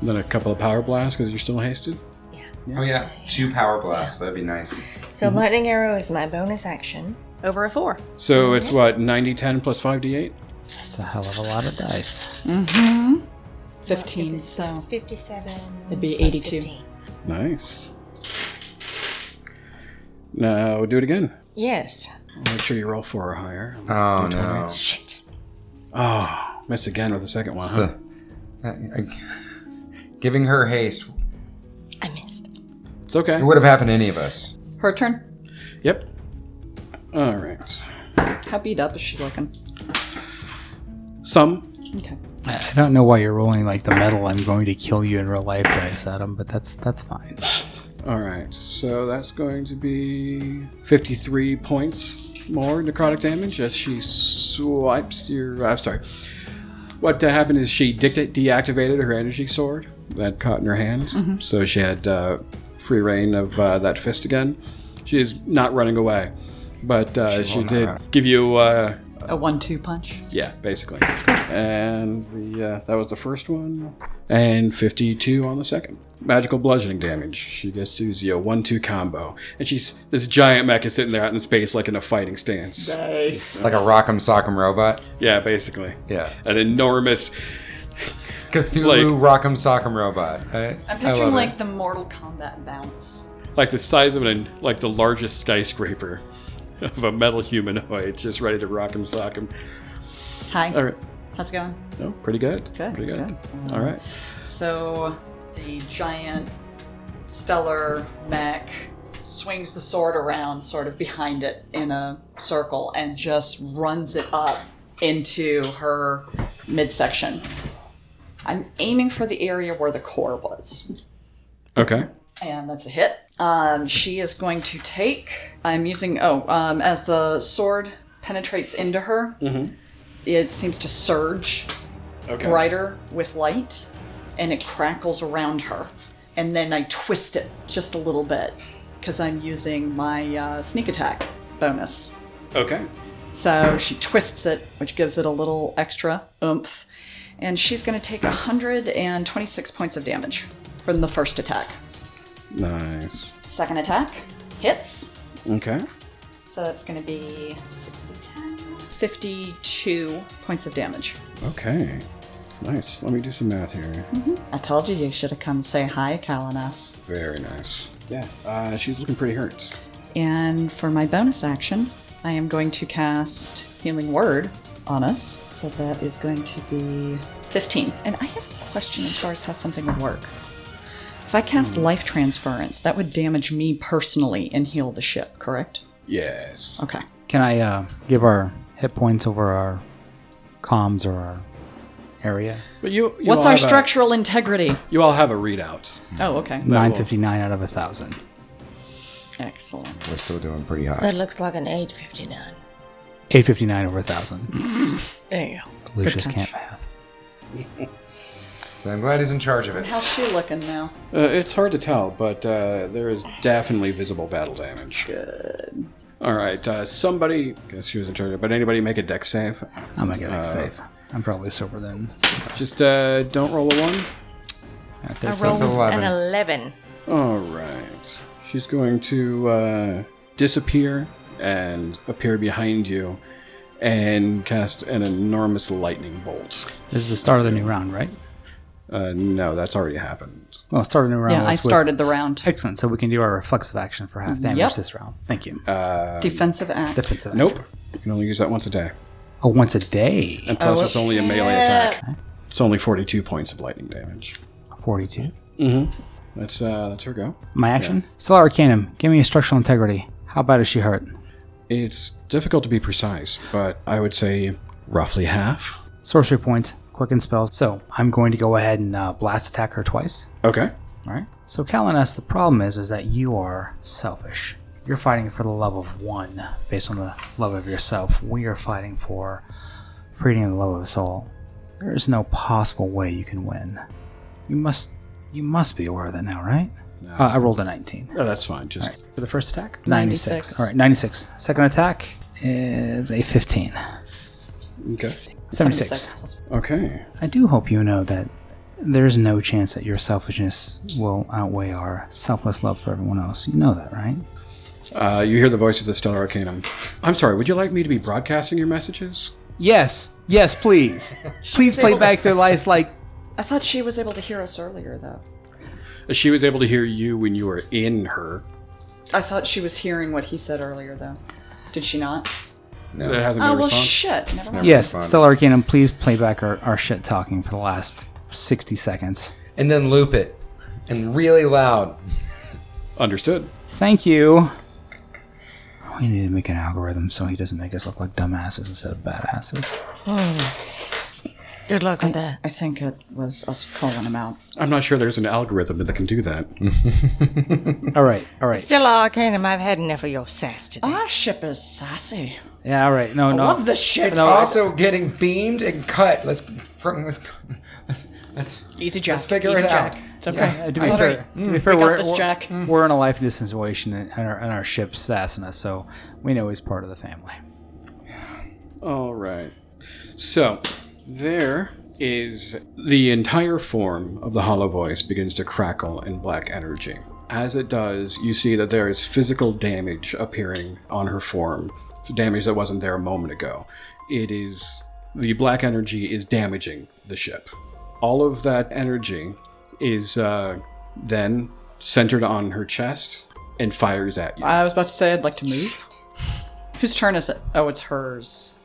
Speaker 1: And then a couple of power blasts because you're still hasted.
Speaker 3: Oh yeah, two power blasts. That'd be nice.
Speaker 5: So lightning arrow is my bonus action over a four.
Speaker 1: So
Speaker 3: Mm-hmm.
Speaker 1: it's what 90, 10 plus five d8.
Speaker 2: That's a hell of a lot of dice.
Speaker 4: 15, so.
Speaker 5: It's fifty-seven.
Speaker 4: It'd be
Speaker 5: plus
Speaker 4: 82.
Speaker 5: 15.
Speaker 1: Nice. Now do it again.
Speaker 5: Yes.
Speaker 1: Make sure you roll four or higher.
Speaker 3: Oh no.
Speaker 5: Shit.
Speaker 1: Oh, missed again with the second one. Huh?
Speaker 3: I- I- giving her haste
Speaker 5: I missed.
Speaker 1: It's okay.
Speaker 3: it would have happened to any of us.
Speaker 4: Her turn.
Speaker 1: Yep. All right.
Speaker 4: How beat up is she looking?
Speaker 1: Some
Speaker 4: Okay.
Speaker 2: I I don't know why you're rolling like the metal. I'm going to kill you in real life dice at him, but that's that's fine.
Speaker 1: All right, so that's going to be 53 points more necrotic damage as she swipes your. I'm sorry. What uh, happened is she dicta- deactivated her energy sword that caught in her hand, so she had uh, free reign of uh, that fist again. She is not running away, but uh, she,
Speaker 3: won't
Speaker 1: did
Speaker 3: run.
Speaker 1: give you. Uh,
Speaker 4: A one two punch.
Speaker 1: yeah, basically. And the uh, that was the first one. and 52 on the second. Magical bludgeoning damage. She gets to use a one-two combo, and she's this giant mech is sitting there out in space like in a fighting stance.
Speaker 3: Like a Rock'em Sock'em Robot.
Speaker 1: Yeah, basically.
Speaker 3: Yeah.
Speaker 1: An enormous.
Speaker 3: Cthulhu Rock'em Sock'em Robot. I,
Speaker 4: I'm
Speaker 3: I love
Speaker 4: picturing
Speaker 3: it.
Speaker 4: like the Mortal Kombat bounce.
Speaker 1: like the size of an like the largest skyscraper *laughs* of a metal humanoid just ready to rock and sock him
Speaker 4: Hi.
Speaker 1: all right
Speaker 4: How's it going?
Speaker 1: no pretty good
Speaker 4: Good,
Speaker 1: pretty good,
Speaker 4: good.
Speaker 1: all right
Speaker 4: So the giant stellar mech swings the sword around sort of behind it in a circle and just runs it up into her midsection. I'm aiming for the area where the core was.
Speaker 1: okay
Speaker 4: And that's a hit. Um, she is going to take. I'm using. Oh, um, as the sword penetrates into her, it seems to surge
Speaker 1: okay
Speaker 4: brighter with light and it crackles around her. And then I twist it just a little bit because I'm using my uh, sneak attack bonus.
Speaker 1: okay
Speaker 4: So she twists it, which gives it a little extra oomph. And she's going to take 126 points of damage from the first attack.
Speaker 1: nice
Speaker 4: Second attack hits.
Speaker 1: okay
Speaker 4: So that's going to be 6 to 10. 52 points of damage.
Speaker 1: okay nice let me do some math here
Speaker 4: I told you you should have come say hi, Kalanas.
Speaker 1: very nice yeah uh, she's looking pretty hurt
Speaker 4: And for my bonus action, I am going to cast Healing Word on us. So that is going to be 15. And I have a question as far as how something would work. If I cast
Speaker 1: Hmm.
Speaker 4: Life Transference, that would damage me personally and heal the ship, correct?
Speaker 1: yes
Speaker 4: Okay.
Speaker 2: Can I uh, give our hit points over our comms or our area?
Speaker 1: but you, you
Speaker 4: What's
Speaker 1: all
Speaker 4: our
Speaker 1: have a-
Speaker 4: structural integrity?
Speaker 1: you all have a readout
Speaker 4: Oh, okay.
Speaker 2: 959 out of 1,000.
Speaker 4: Excellent.
Speaker 3: We're still doing pretty hot.
Speaker 5: That looks like an 859.
Speaker 2: 859 over 1,000.
Speaker 5: There you go.
Speaker 2: Lucius can't math.
Speaker 3: I'm glad he's in charge of it.
Speaker 4: How's she looking now?
Speaker 1: uh, it's hard to tell but uh, there is definitely visible battle damage good all right uh, somebody guess she was in charge of but anybody make a deck save
Speaker 2: I'm going to get it safe. I'm probably sober then.
Speaker 1: Just uh, don't roll a one.
Speaker 2: Uh,
Speaker 5: I
Speaker 2: 13.
Speaker 5: rolled
Speaker 3: eleven.
Speaker 5: an 11.
Speaker 1: All right. She's going to uh, disappear and appear behind you and cast an enormous lightning bolt.
Speaker 2: This is the start of the new round, right?
Speaker 1: Uh, no, that's already happened.
Speaker 2: Well, start of the new
Speaker 1: Uh,
Speaker 2: round.
Speaker 4: Yeah, I
Speaker 2: was with-
Speaker 4: started the round.
Speaker 2: Excellent. So we can do our reflexive action for half damage
Speaker 4: Yep.
Speaker 2: this round. Thank you.
Speaker 4: Defensive act.
Speaker 2: Defensive.
Speaker 1: Nope. You can only use that once a day.
Speaker 2: Oh, once a day.
Speaker 1: And plus, it's only a melee attack. It's only 42 points of lightning damage.
Speaker 2: 42.
Speaker 1: That's uh, that's her go.
Speaker 2: My action? Stellar Arcanum. Give me a structural integrity. How bad is she hurt?
Speaker 1: It's difficult to be precise, but I would say roughly half.
Speaker 2: Sorcery point. Quicken spell. So I'm going to go ahead and uh, blast attack her twice.
Speaker 1: Okay.
Speaker 2: All right. So Kalanas, the problem is, is that you are selfish. You're fighting for the love of one, based on the love of yourself. We are fighting for freedom and the love of us all. There is no possible way you can win. You must, you must be aware of that now, right? Uh, I rolled a 19.
Speaker 1: Oh, that's fine. Just
Speaker 2: For the first attack?
Speaker 4: 96.
Speaker 2: All right, 96. Second attack is a 15.
Speaker 1: okay.
Speaker 2: 76.
Speaker 1: Okay.
Speaker 2: I do hope you know that there's no chance that your selfishness will outweigh our selfless love for everyone else. You know that, right?
Speaker 1: Uh, you hear the voice of the Stellar Arcanum. I'm sorry, would you like me to be broadcasting your messages?
Speaker 8: Yes, yes, please. Please play back their lives like.
Speaker 4: I thought she was able to hear us earlier, though.
Speaker 1: Uh, She was able to hear you when you were in her.
Speaker 4: I thought she was hearing what he said earlier, though. Did she not?
Speaker 1: It hasn't been
Speaker 4: Oh,
Speaker 1: a
Speaker 4: well,
Speaker 1: response.
Speaker 4: shit. Never
Speaker 2: *laughs*
Speaker 4: mind.
Speaker 2: Yes,
Speaker 3: respond.
Speaker 2: Stellar Arcanum, please play back our, our shit talking for the last 60 seconds.
Speaker 3: And then loop it. And really loud.
Speaker 1: Understood.
Speaker 2: Thank you. We need to make an algorithm so he doesn't make us look like dumbasses instead of badasses.
Speaker 5: Good luck with that.
Speaker 4: I think it was us calling him out.
Speaker 1: I'm not sure there's an algorithm that can do that.
Speaker 2: all right, all
Speaker 5: *laughs*
Speaker 2: right.
Speaker 5: Still Arcanum, I've had enough of your sass today.
Speaker 4: Our ship is sassy.
Speaker 2: Yeah, all right. No, no.
Speaker 4: Love this shit.
Speaker 3: It's also getting beamed and cut. Let's let's let's
Speaker 4: Easy Jack.
Speaker 3: let's figure
Speaker 4: Easy
Speaker 3: it
Speaker 4: Jack.
Speaker 3: out.
Speaker 2: It's okay. Uh, to be
Speaker 4: Sorry.
Speaker 2: fair, to be fair
Speaker 4: We got
Speaker 2: we're,
Speaker 4: this,
Speaker 2: we're-
Speaker 4: Jack.
Speaker 2: we're in a life distance situation, and and our, and our ship's sassing us, so we know he's part of the family.
Speaker 1: All right. So, there is the entire form of the hollow voice begins to crackle in black energy. As it does, you see that there is physical damage appearing on her form, damage that wasn't there a moment ago. It is the black energy is damaging the ship. All of that energy is uh, then centered on her chest and fires at you.
Speaker 4: I was about to say I'd like to move. Whose turn is it? Oh, it's hers.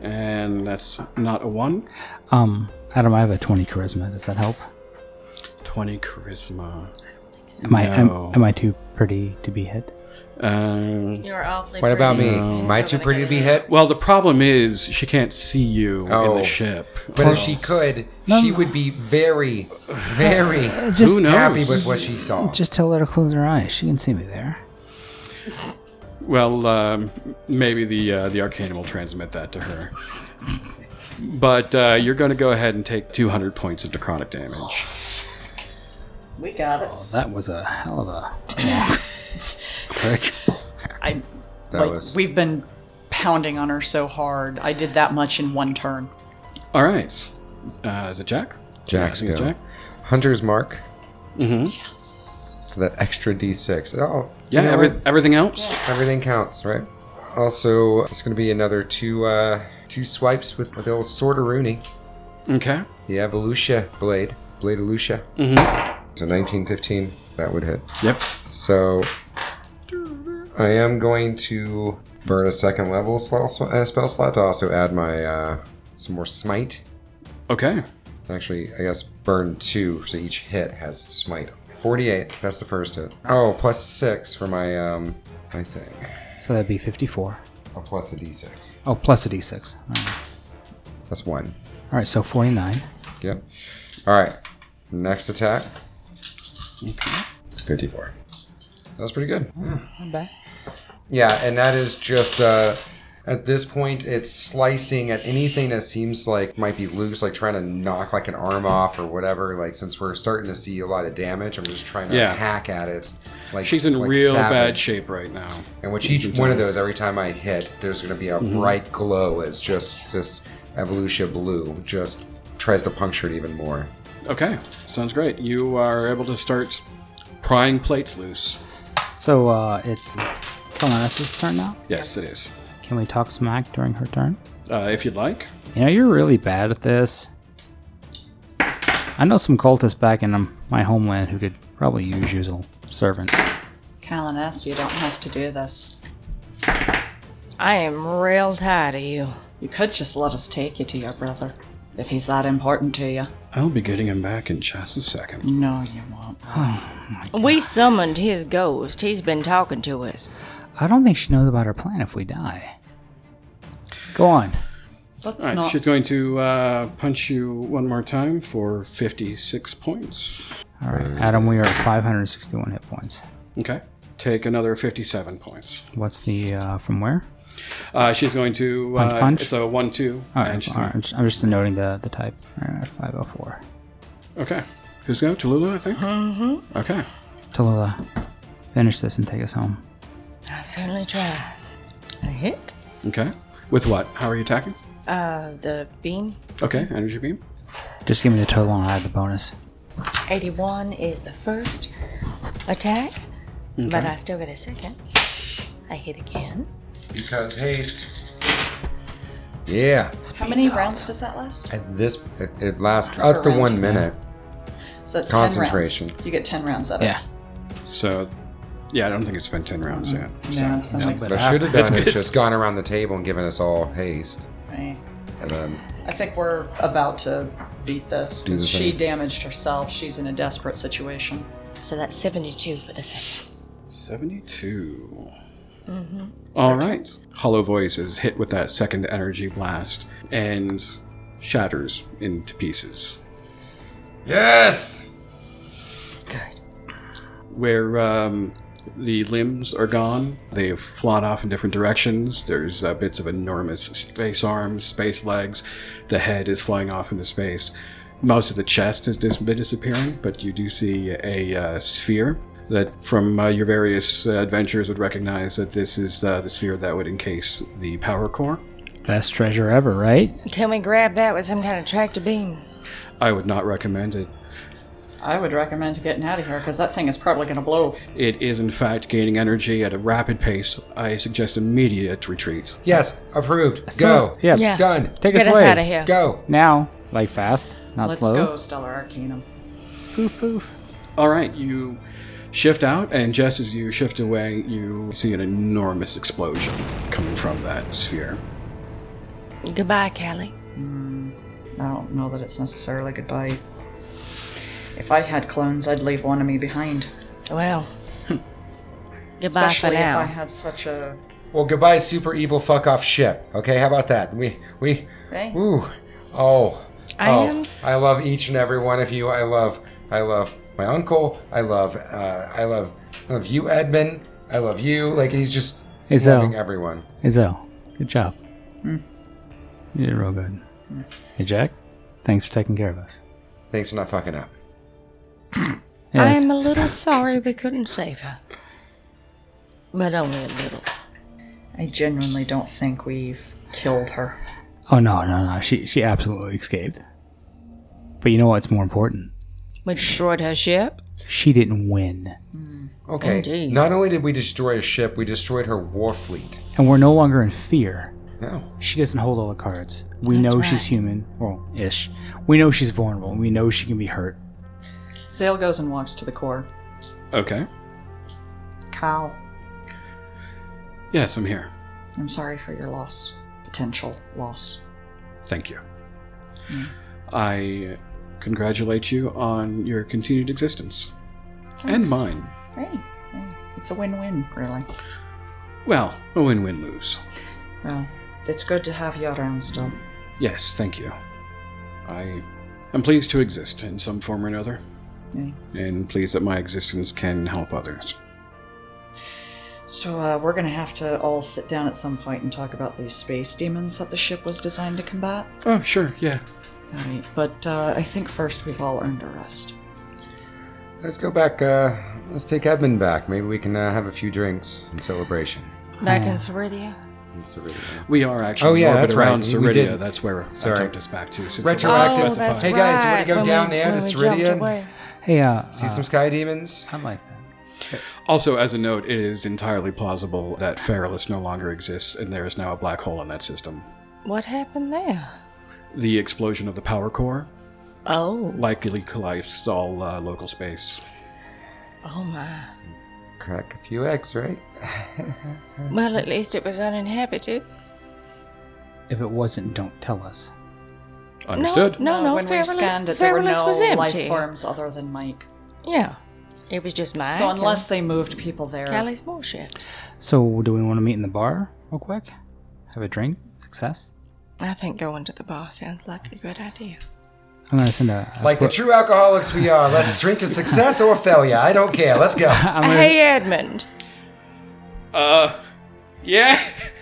Speaker 1: And that's not a one.
Speaker 2: Um, Adam, I have a 20 charisma. Does that help?
Speaker 1: 20 charisma.
Speaker 2: Am I am, am I too pretty to be hit?
Speaker 1: Um,
Speaker 5: You're awfully
Speaker 3: What about me?
Speaker 5: pretty.
Speaker 3: Am
Speaker 5: You're
Speaker 3: I too
Speaker 5: still gonna
Speaker 3: pretty
Speaker 5: get
Speaker 3: to be
Speaker 5: it.
Speaker 3: hit?
Speaker 1: well, the problem is she can't see you in
Speaker 3: Oh.
Speaker 1: the ship.
Speaker 3: But if she could, she would be very, very
Speaker 2: Just,
Speaker 1: Who knows?
Speaker 3: happy with what she saw.
Speaker 2: just tell her to close her eyes. She can see me there.
Speaker 1: Well, um, maybe the uh, the Arcanum will transmit that to her. But uh, you're going to go ahead and take 200 points of necrotic damage.
Speaker 4: We got it.
Speaker 2: That was a hell of a
Speaker 4: I
Speaker 3: that
Speaker 4: like
Speaker 3: was
Speaker 4: we've been pounding on her so hard. I did that much in one turn.
Speaker 1: All right. Uh, is it Jack?
Speaker 3: Jack's
Speaker 1: Yeah, I think it's
Speaker 3: go.
Speaker 1: Jack.
Speaker 3: Hunter's mark. Mm-hmm. Yes. That extra D6. Oh, you
Speaker 1: Yeah,
Speaker 3: know
Speaker 1: every-
Speaker 3: what?
Speaker 1: everything else?
Speaker 3: everything counts, right? Also, it's going to be another two uh, two swipes with the old sword of Rooney,
Speaker 1: Okay.
Speaker 3: the Evolution blade, blade of Lucia. Mm-hmm. So 1915, that would hit.
Speaker 1: Yep.
Speaker 3: So I am going to burn a second level slot, uh, spell slot to also add my uh, some more smite.
Speaker 1: Okay.
Speaker 3: Actually, I guess burn two, so each hit has smite. 48. That's the first hit. Oh, plus six for my um my thing.
Speaker 2: So that'd be 54.
Speaker 3: Oh, plus a d6.
Speaker 2: Oh, plus a d6. All right,
Speaker 3: That's one.
Speaker 2: All right so 49.
Speaker 3: Yep. All right. Next attack. 54. That was pretty good.
Speaker 1: Hmm,
Speaker 3: Yeah, and that is just uh, at this point, it's slicing at anything that seems like might be loose, like trying to knock like an arm off or whatever. Like since we're starting to see a lot of damage, I'm just trying to
Speaker 1: Yeah.
Speaker 3: hack at it. Like
Speaker 1: She's in
Speaker 3: like
Speaker 1: real
Speaker 3: savage.
Speaker 1: bad Mm-hmm. shape right now.
Speaker 3: And with each one of those, every time I hit, there's going to be a bright glow as just this evolution blue just tries to puncture it even more.
Speaker 1: Okay. Sounds great. You are able to start prying plates loose.
Speaker 2: So uh, it's Kalanis' turn now.
Speaker 1: Yes, it is.
Speaker 2: Can we talk smack during her turn?
Speaker 1: Uh, if you'd like.
Speaker 2: You know, you're really bad at this. I know some cultists back in um, my homeland who could probably use you as a servant.
Speaker 4: Callan S, you don't have to do this.
Speaker 5: I am real tired of you.
Speaker 4: You could just let us take you to your brother. If he's that important to you.
Speaker 1: I'll be getting him back in just a second.
Speaker 4: No, you won't.
Speaker 5: We summoned his ghost. He's been talking to us.
Speaker 2: I don't think she knows about her plan if we die. Go on.
Speaker 4: Let's
Speaker 1: All right,
Speaker 4: not.
Speaker 1: she's going to uh, punch you one more time for 56 points.
Speaker 2: All right, Adam, we are at 561 hit points.
Speaker 1: Okay. Take another 57 points.
Speaker 2: What's the uh, from where?
Speaker 1: Uh, she's going to.
Speaker 2: Punch,
Speaker 1: uh,
Speaker 2: punch?
Speaker 1: It's a 1 2.
Speaker 2: All right,
Speaker 1: and she's
Speaker 2: all right, I'm just- I'm just noting the the type. All right, 504.
Speaker 1: gonna- Okay. Who's going? Tulula, I think? Mm-hmm. Okay.
Speaker 2: Tallulah, finish this and take us home.
Speaker 5: I certainly try. A hit?
Speaker 1: Okay. With what? How are you attacking?
Speaker 5: Uh, the beam.
Speaker 1: Okay, energy beam.
Speaker 2: Just give me the total and I have the bonus.
Speaker 5: 81 is the first attack, but I still get a second. I hit again.
Speaker 3: Because haste. Yeah.
Speaker 4: How many rounds does that last?
Speaker 3: At this, it, it lasts. Oh, it's the one minute.
Speaker 4: So that's
Speaker 3: Concentration.
Speaker 4: 10 rounds. You get 10 rounds out of
Speaker 2: Yeah.
Speaker 1: So, yeah, I don't think it's been 10 rounds yet.
Speaker 4: it. No, it's been like
Speaker 3: What I should have done is just gone around the table and given us all haste.
Speaker 4: three.
Speaker 3: And then,
Speaker 4: I think we're about to beat this.
Speaker 3: Do the
Speaker 4: She
Speaker 3: thing.
Speaker 4: damaged herself. She's in a desperate situation.
Speaker 5: So that's 72 for the second.
Speaker 1: 72. All right. Hollow Voice is hit with that second energy blast and shatters into pieces.
Speaker 3: yes.
Speaker 1: where um, the limbs are gone. They've flown off in different directions. There's uh, bits of enormous space arms, space legs. The head is flying off into space. Most of the chest has dis- been disappearing, but you do see a uh, sphere that, from uh, your various uh, adventures, would recognize that this is uh, the sphere that would encase the power core.
Speaker 2: Best treasure ever, right?
Speaker 5: Can we grab that with some kind of tractor beam?
Speaker 1: I would not recommend it.
Speaker 4: I would recommend getting out of here because that thing is probably going to blow.
Speaker 1: It is, in fact, gaining energy at a rapid pace. I suggest immediate retreat.
Speaker 3: Yes, approved. Go.
Speaker 2: Yeah.
Speaker 5: Yeah.
Speaker 3: Done.
Speaker 2: Take us
Speaker 5: Get us
Speaker 2: away.
Speaker 5: out of here.
Speaker 3: Go.
Speaker 2: Now, like fast, not
Speaker 4: Let's
Speaker 2: slow.
Speaker 4: go, Stellar Arcanum.
Speaker 1: All right, you shift out, and just as you shift away, you see an enormous explosion coming from that sphere.
Speaker 5: Goodbye, Callie.
Speaker 4: I don't know that it's necessarily goodbye. If I had clones, I'd leave one of me behind.
Speaker 3: *laughs*
Speaker 5: Well, goodbye
Speaker 4: Especially
Speaker 5: for now.
Speaker 4: if I had such a.
Speaker 3: Well, goodbye, super evil fuck off ship. Okay, how about that? We we.
Speaker 4: Hey.
Speaker 3: Ooh. Oh.
Speaker 5: I
Speaker 3: oh.
Speaker 5: am-
Speaker 3: I love each and every one of you. I love. I love my uncle. I love. Uh, I love. I love you, Edmund. I love you. Like he's just
Speaker 2: Hey, Zoe.
Speaker 3: loving everyone.
Speaker 2: Izelle, good job.
Speaker 3: Hmm.
Speaker 2: You did real good. Hey, Jack, thanks for taking care of us.
Speaker 3: Thanks for not fucking up.
Speaker 5: I
Speaker 2: Yes.
Speaker 5: am a little sorry we couldn't save her. But only a little.
Speaker 4: I genuinely don't think we've killed her.
Speaker 2: oh no, no, no. She she absolutely escaped. But you know what's more important?
Speaker 5: We destroyed her ship.
Speaker 2: She didn't win,
Speaker 3: Okay.
Speaker 5: Indeed.
Speaker 3: Not only did we destroy a ship, we destroyed her war fleet.
Speaker 2: and we're no longer in fear.
Speaker 3: No.
Speaker 2: She doesn't hold all the cards. We know she's human, well, ish. We know she's vulnerable. and We know she can be hurt.
Speaker 4: Zale goes and walks to the core.
Speaker 1: Okay.
Speaker 4: Cow.
Speaker 1: Yes, I'm here.
Speaker 4: I'm sorry for your loss. Potential loss.
Speaker 1: Thank you. Mm. I congratulate you on your continued existence and mine.
Speaker 4: Hey, hey, it's a win win, really.
Speaker 1: Well, a win win lose.
Speaker 4: Well, it's good to have you around still.
Speaker 1: Yes, thank you. I am pleased to exist in some form or another,
Speaker 4: Hey.
Speaker 1: and pleased that my existence can help others.
Speaker 4: So, uh, we're gonna have to all sit down at some point and talk about these space demons that the ship was designed to combat.
Speaker 1: Oh, sure, yeah.
Speaker 4: Alright, but uh, I think first we've all earned a rest.
Speaker 3: Let's go back. Uh, let's take Edmund back. Maybe we can uh, have a few drinks in celebration.
Speaker 5: Back
Speaker 3: Mm.
Speaker 5: in Ceridia.
Speaker 3: In Ceridia.
Speaker 1: We are actually
Speaker 3: Oh, yeah,
Speaker 1: orbit
Speaker 3: that's right.
Speaker 1: around
Speaker 3: We- we
Speaker 1: Ceridia.
Speaker 3: did-
Speaker 1: That's where I
Speaker 3: Sorry.
Speaker 1: jumped us back to. Since it wasn't
Speaker 3: Retroactive.
Speaker 5: Oh,
Speaker 1: specified.
Speaker 5: that's
Speaker 3: Hey,
Speaker 5: right.
Speaker 3: guys, you wanna go
Speaker 5: when
Speaker 3: down
Speaker 5: we-
Speaker 3: there to
Speaker 5: when we jumped
Speaker 3: Ceridian?
Speaker 5: away.
Speaker 2: Hey, uh,
Speaker 3: See
Speaker 2: uh,
Speaker 3: some sky demons.
Speaker 2: I like that.
Speaker 1: Also, as a note, it is entirely plausible that Feralus no longer exists, and there is now a black hole in that system.
Speaker 5: What happened there?
Speaker 1: The explosion of the power core
Speaker 5: Oh,
Speaker 1: likely collapsed all uh, local space.
Speaker 5: oh my.
Speaker 3: Crack a few eggs, right?
Speaker 5: Well, at least it was uninhabited.
Speaker 2: If it wasn't, don't tell us.
Speaker 1: Understood.
Speaker 5: No, no,
Speaker 4: Uh, when we
Speaker 5: Fairly-
Speaker 4: scanned it, there were
Speaker 5: Fairless
Speaker 4: no
Speaker 5: was empty.
Speaker 4: life forms other than Mike.
Speaker 5: Yeah. It was just mine.
Speaker 4: So unless they moved people there,
Speaker 5: Callie's more ships.
Speaker 2: So, do we want to meet in the bar real quick? Have a drink? Success?
Speaker 5: I think going to the bar sounds like a good idea.
Speaker 2: I'm gonna send a. a
Speaker 3: Like the
Speaker 2: bro-
Speaker 3: true alcoholics we are, *laughs* let's drink to success or failure. I don't care. Let's *laughs* go.
Speaker 5: Hey, Edmund.
Speaker 1: Uh, yeah.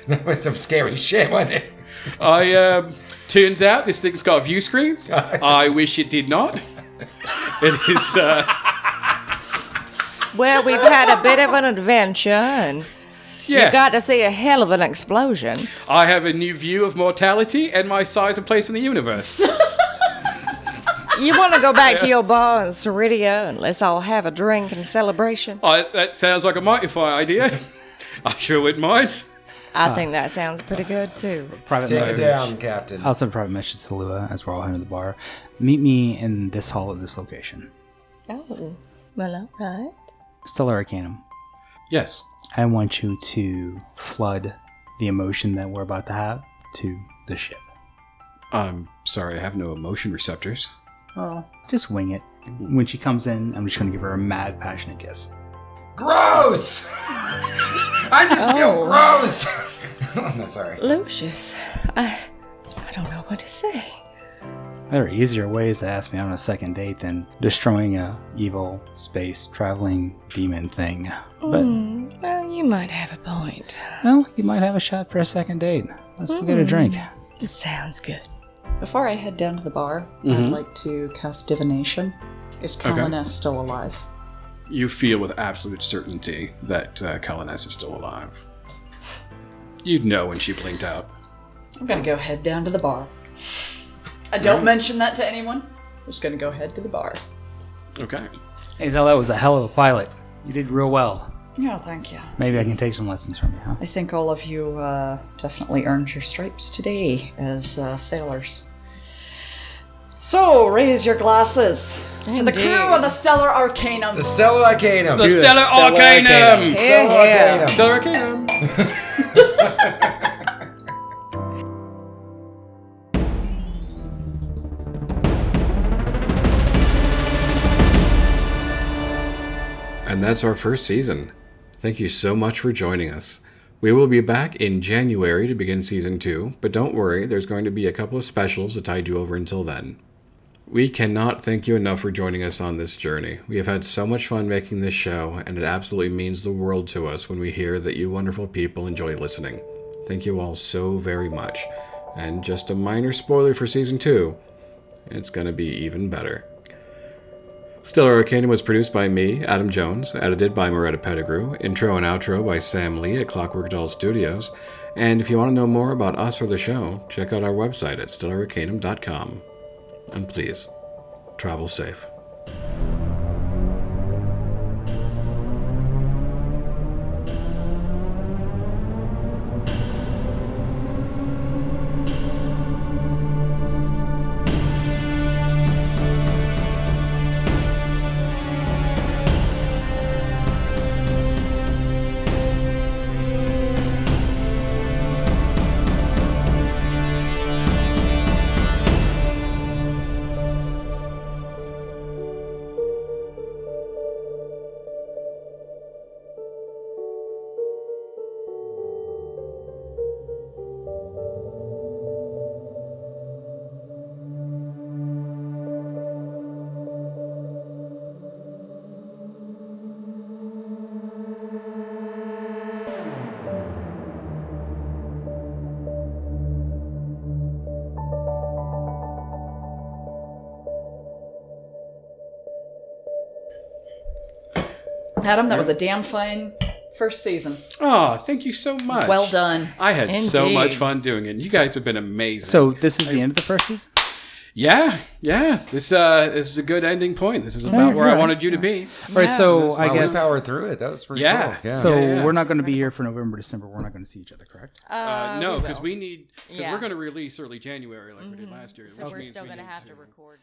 Speaker 3: That was some scary shit, wasn't it?
Speaker 1: *laughs* I um, turns out this thing's got view
Speaker 3: *laughs*
Speaker 1: screens. I wish it did not. It is. Uh,
Speaker 5: Well, we've had a bit of an adventure and
Speaker 1: yeah.
Speaker 5: you got to see a hell of an explosion.
Speaker 1: I have a new view of mortality and my size and place in the universe.
Speaker 5: You want to go back to your bar in Ceridia and let's all have a drink and celebration?
Speaker 1: I, that sounds like a mightifier *laughs* idea. I sure wouldn't mind.
Speaker 5: I think that sounds pretty good too.
Speaker 2: private
Speaker 3: Take it
Speaker 2: message.
Speaker 3: down, Captain.
Speaker 2: I'll send a private message to Lua as we're all heading to the bar. Meet me in this hall at this location.
Speaker 5: Oh, well, all right.
Speaker 2: Stellar Arcanum.
Speaker 1: Yes.
Speaker 2: I want you to flood the emotion that we're about to have to the ship.
Speaker 1: I'm sorry, I have no emotion receptors.
Speaker 2: Oh, just wing it. When she comes in, I'm just gonna give her a mad, passionate kiss.
Speaker 3: Gross! *laughs* I just feel *laughs* gross! oh, no, sorry.
Speaker 5: Lucius, I, I don't know what to say.
Speaker 2: There are easier ways to ask me on a second date than destroying a evil space traveling demon thing. But
Speaker 5: Mm, well, you might have a point.
Speaker 2: well, you might have a shot for a second date. Let's go get a drink.
Speaker 5: It sounds good.
Speaker 4: before I head down to the bar, I'd like to cast divination. Is Colin S still alive?
Speaker 1: You feel with absolute certainty that uh, Kalaness is still alive. You'd know when she blinked out.
Speaker 4: I'm gonna go head down to the bar. I don't mention that to anyone. I'm just gonna go head to the bar.
Speaker 1: Okay.
Speaker 2: Hey, Zell, that was a hell of a pilot. You did real well.
Speaker 4: Yeah, thank you.
Speaker 2: Maybe I can take some lessons from you, huh?
Speaker 4: I think all of you uh, definitely earned your stripes today as uh, sailors. So raise your glasses to the crew of the Stellar Arcanum.
Speaker 3: The Stellar Arcanum.
Speaker 1: The Stellar Arcanum.
Speaker 3: Stellar Arcanum.
Speaker 1: Stellar Arcanum. And that's our first season. Thank you so much for joining us. We will be back in January to begin season two, but don't worry, there's going to be a couple of specials to tide you over until then. We cannot thank you enough for joining us on this journey. We have had so much fun making this show, and it absolutely means the world to us when we hear that you wonderful people enjoy listening. Thank you all so very much. And just a minor spoiler for season two it's going to be even better. Stellar Arcanum was produced by me, Adam Jones, edited by Moretta Pettigrew, intro and outro by Sam Lee at Clockwork Doll Studios. And if you want to know more about us or the show, check out our website at stellararcanum.com. And please, travel safe.
Speaker 4: Adam, that was a damn fine first season.
Speaker 1: Oh, thank you so much.
Speaker 4: Well done.
Speaker 1: I had so
Speaker 5: Indeed.
Speaker 1: much fun doing it. You guys have been amazing.
Speaker 2: So this is the end of the first season.
Speaker 1: yeah, yeah. This uh, this is a good ending point. This is about where I
Speaker 2: right,
Speaker 1: wanted you to be.
Speaker 2: All right, so I
Speaker 3: Wow,
Speaker 2: guess
Speaker 3: we powered through it. That was pretty
Speaker 1: Yeah.
Speaker 3: cool. Yeah.
Speaker 2: so.
Speaker 1: Yeah, yeah.
Speaker 2: We're not going to be here for November, December. We're not going to see each other, correct?
Speaker 1: Uh, no, because we need because
Speaker 5: Yeah. Mm-hmm.
Speaker 1: we're going to release early January like we did last year.
Speaker 5: So
Speaker 1: which
Speaker 5: we're
Speaker 1: means
Speaker 5: still
Speaker 1: we
Speaker 5: going to
Speaker 1: need
Speaker 5: have to record.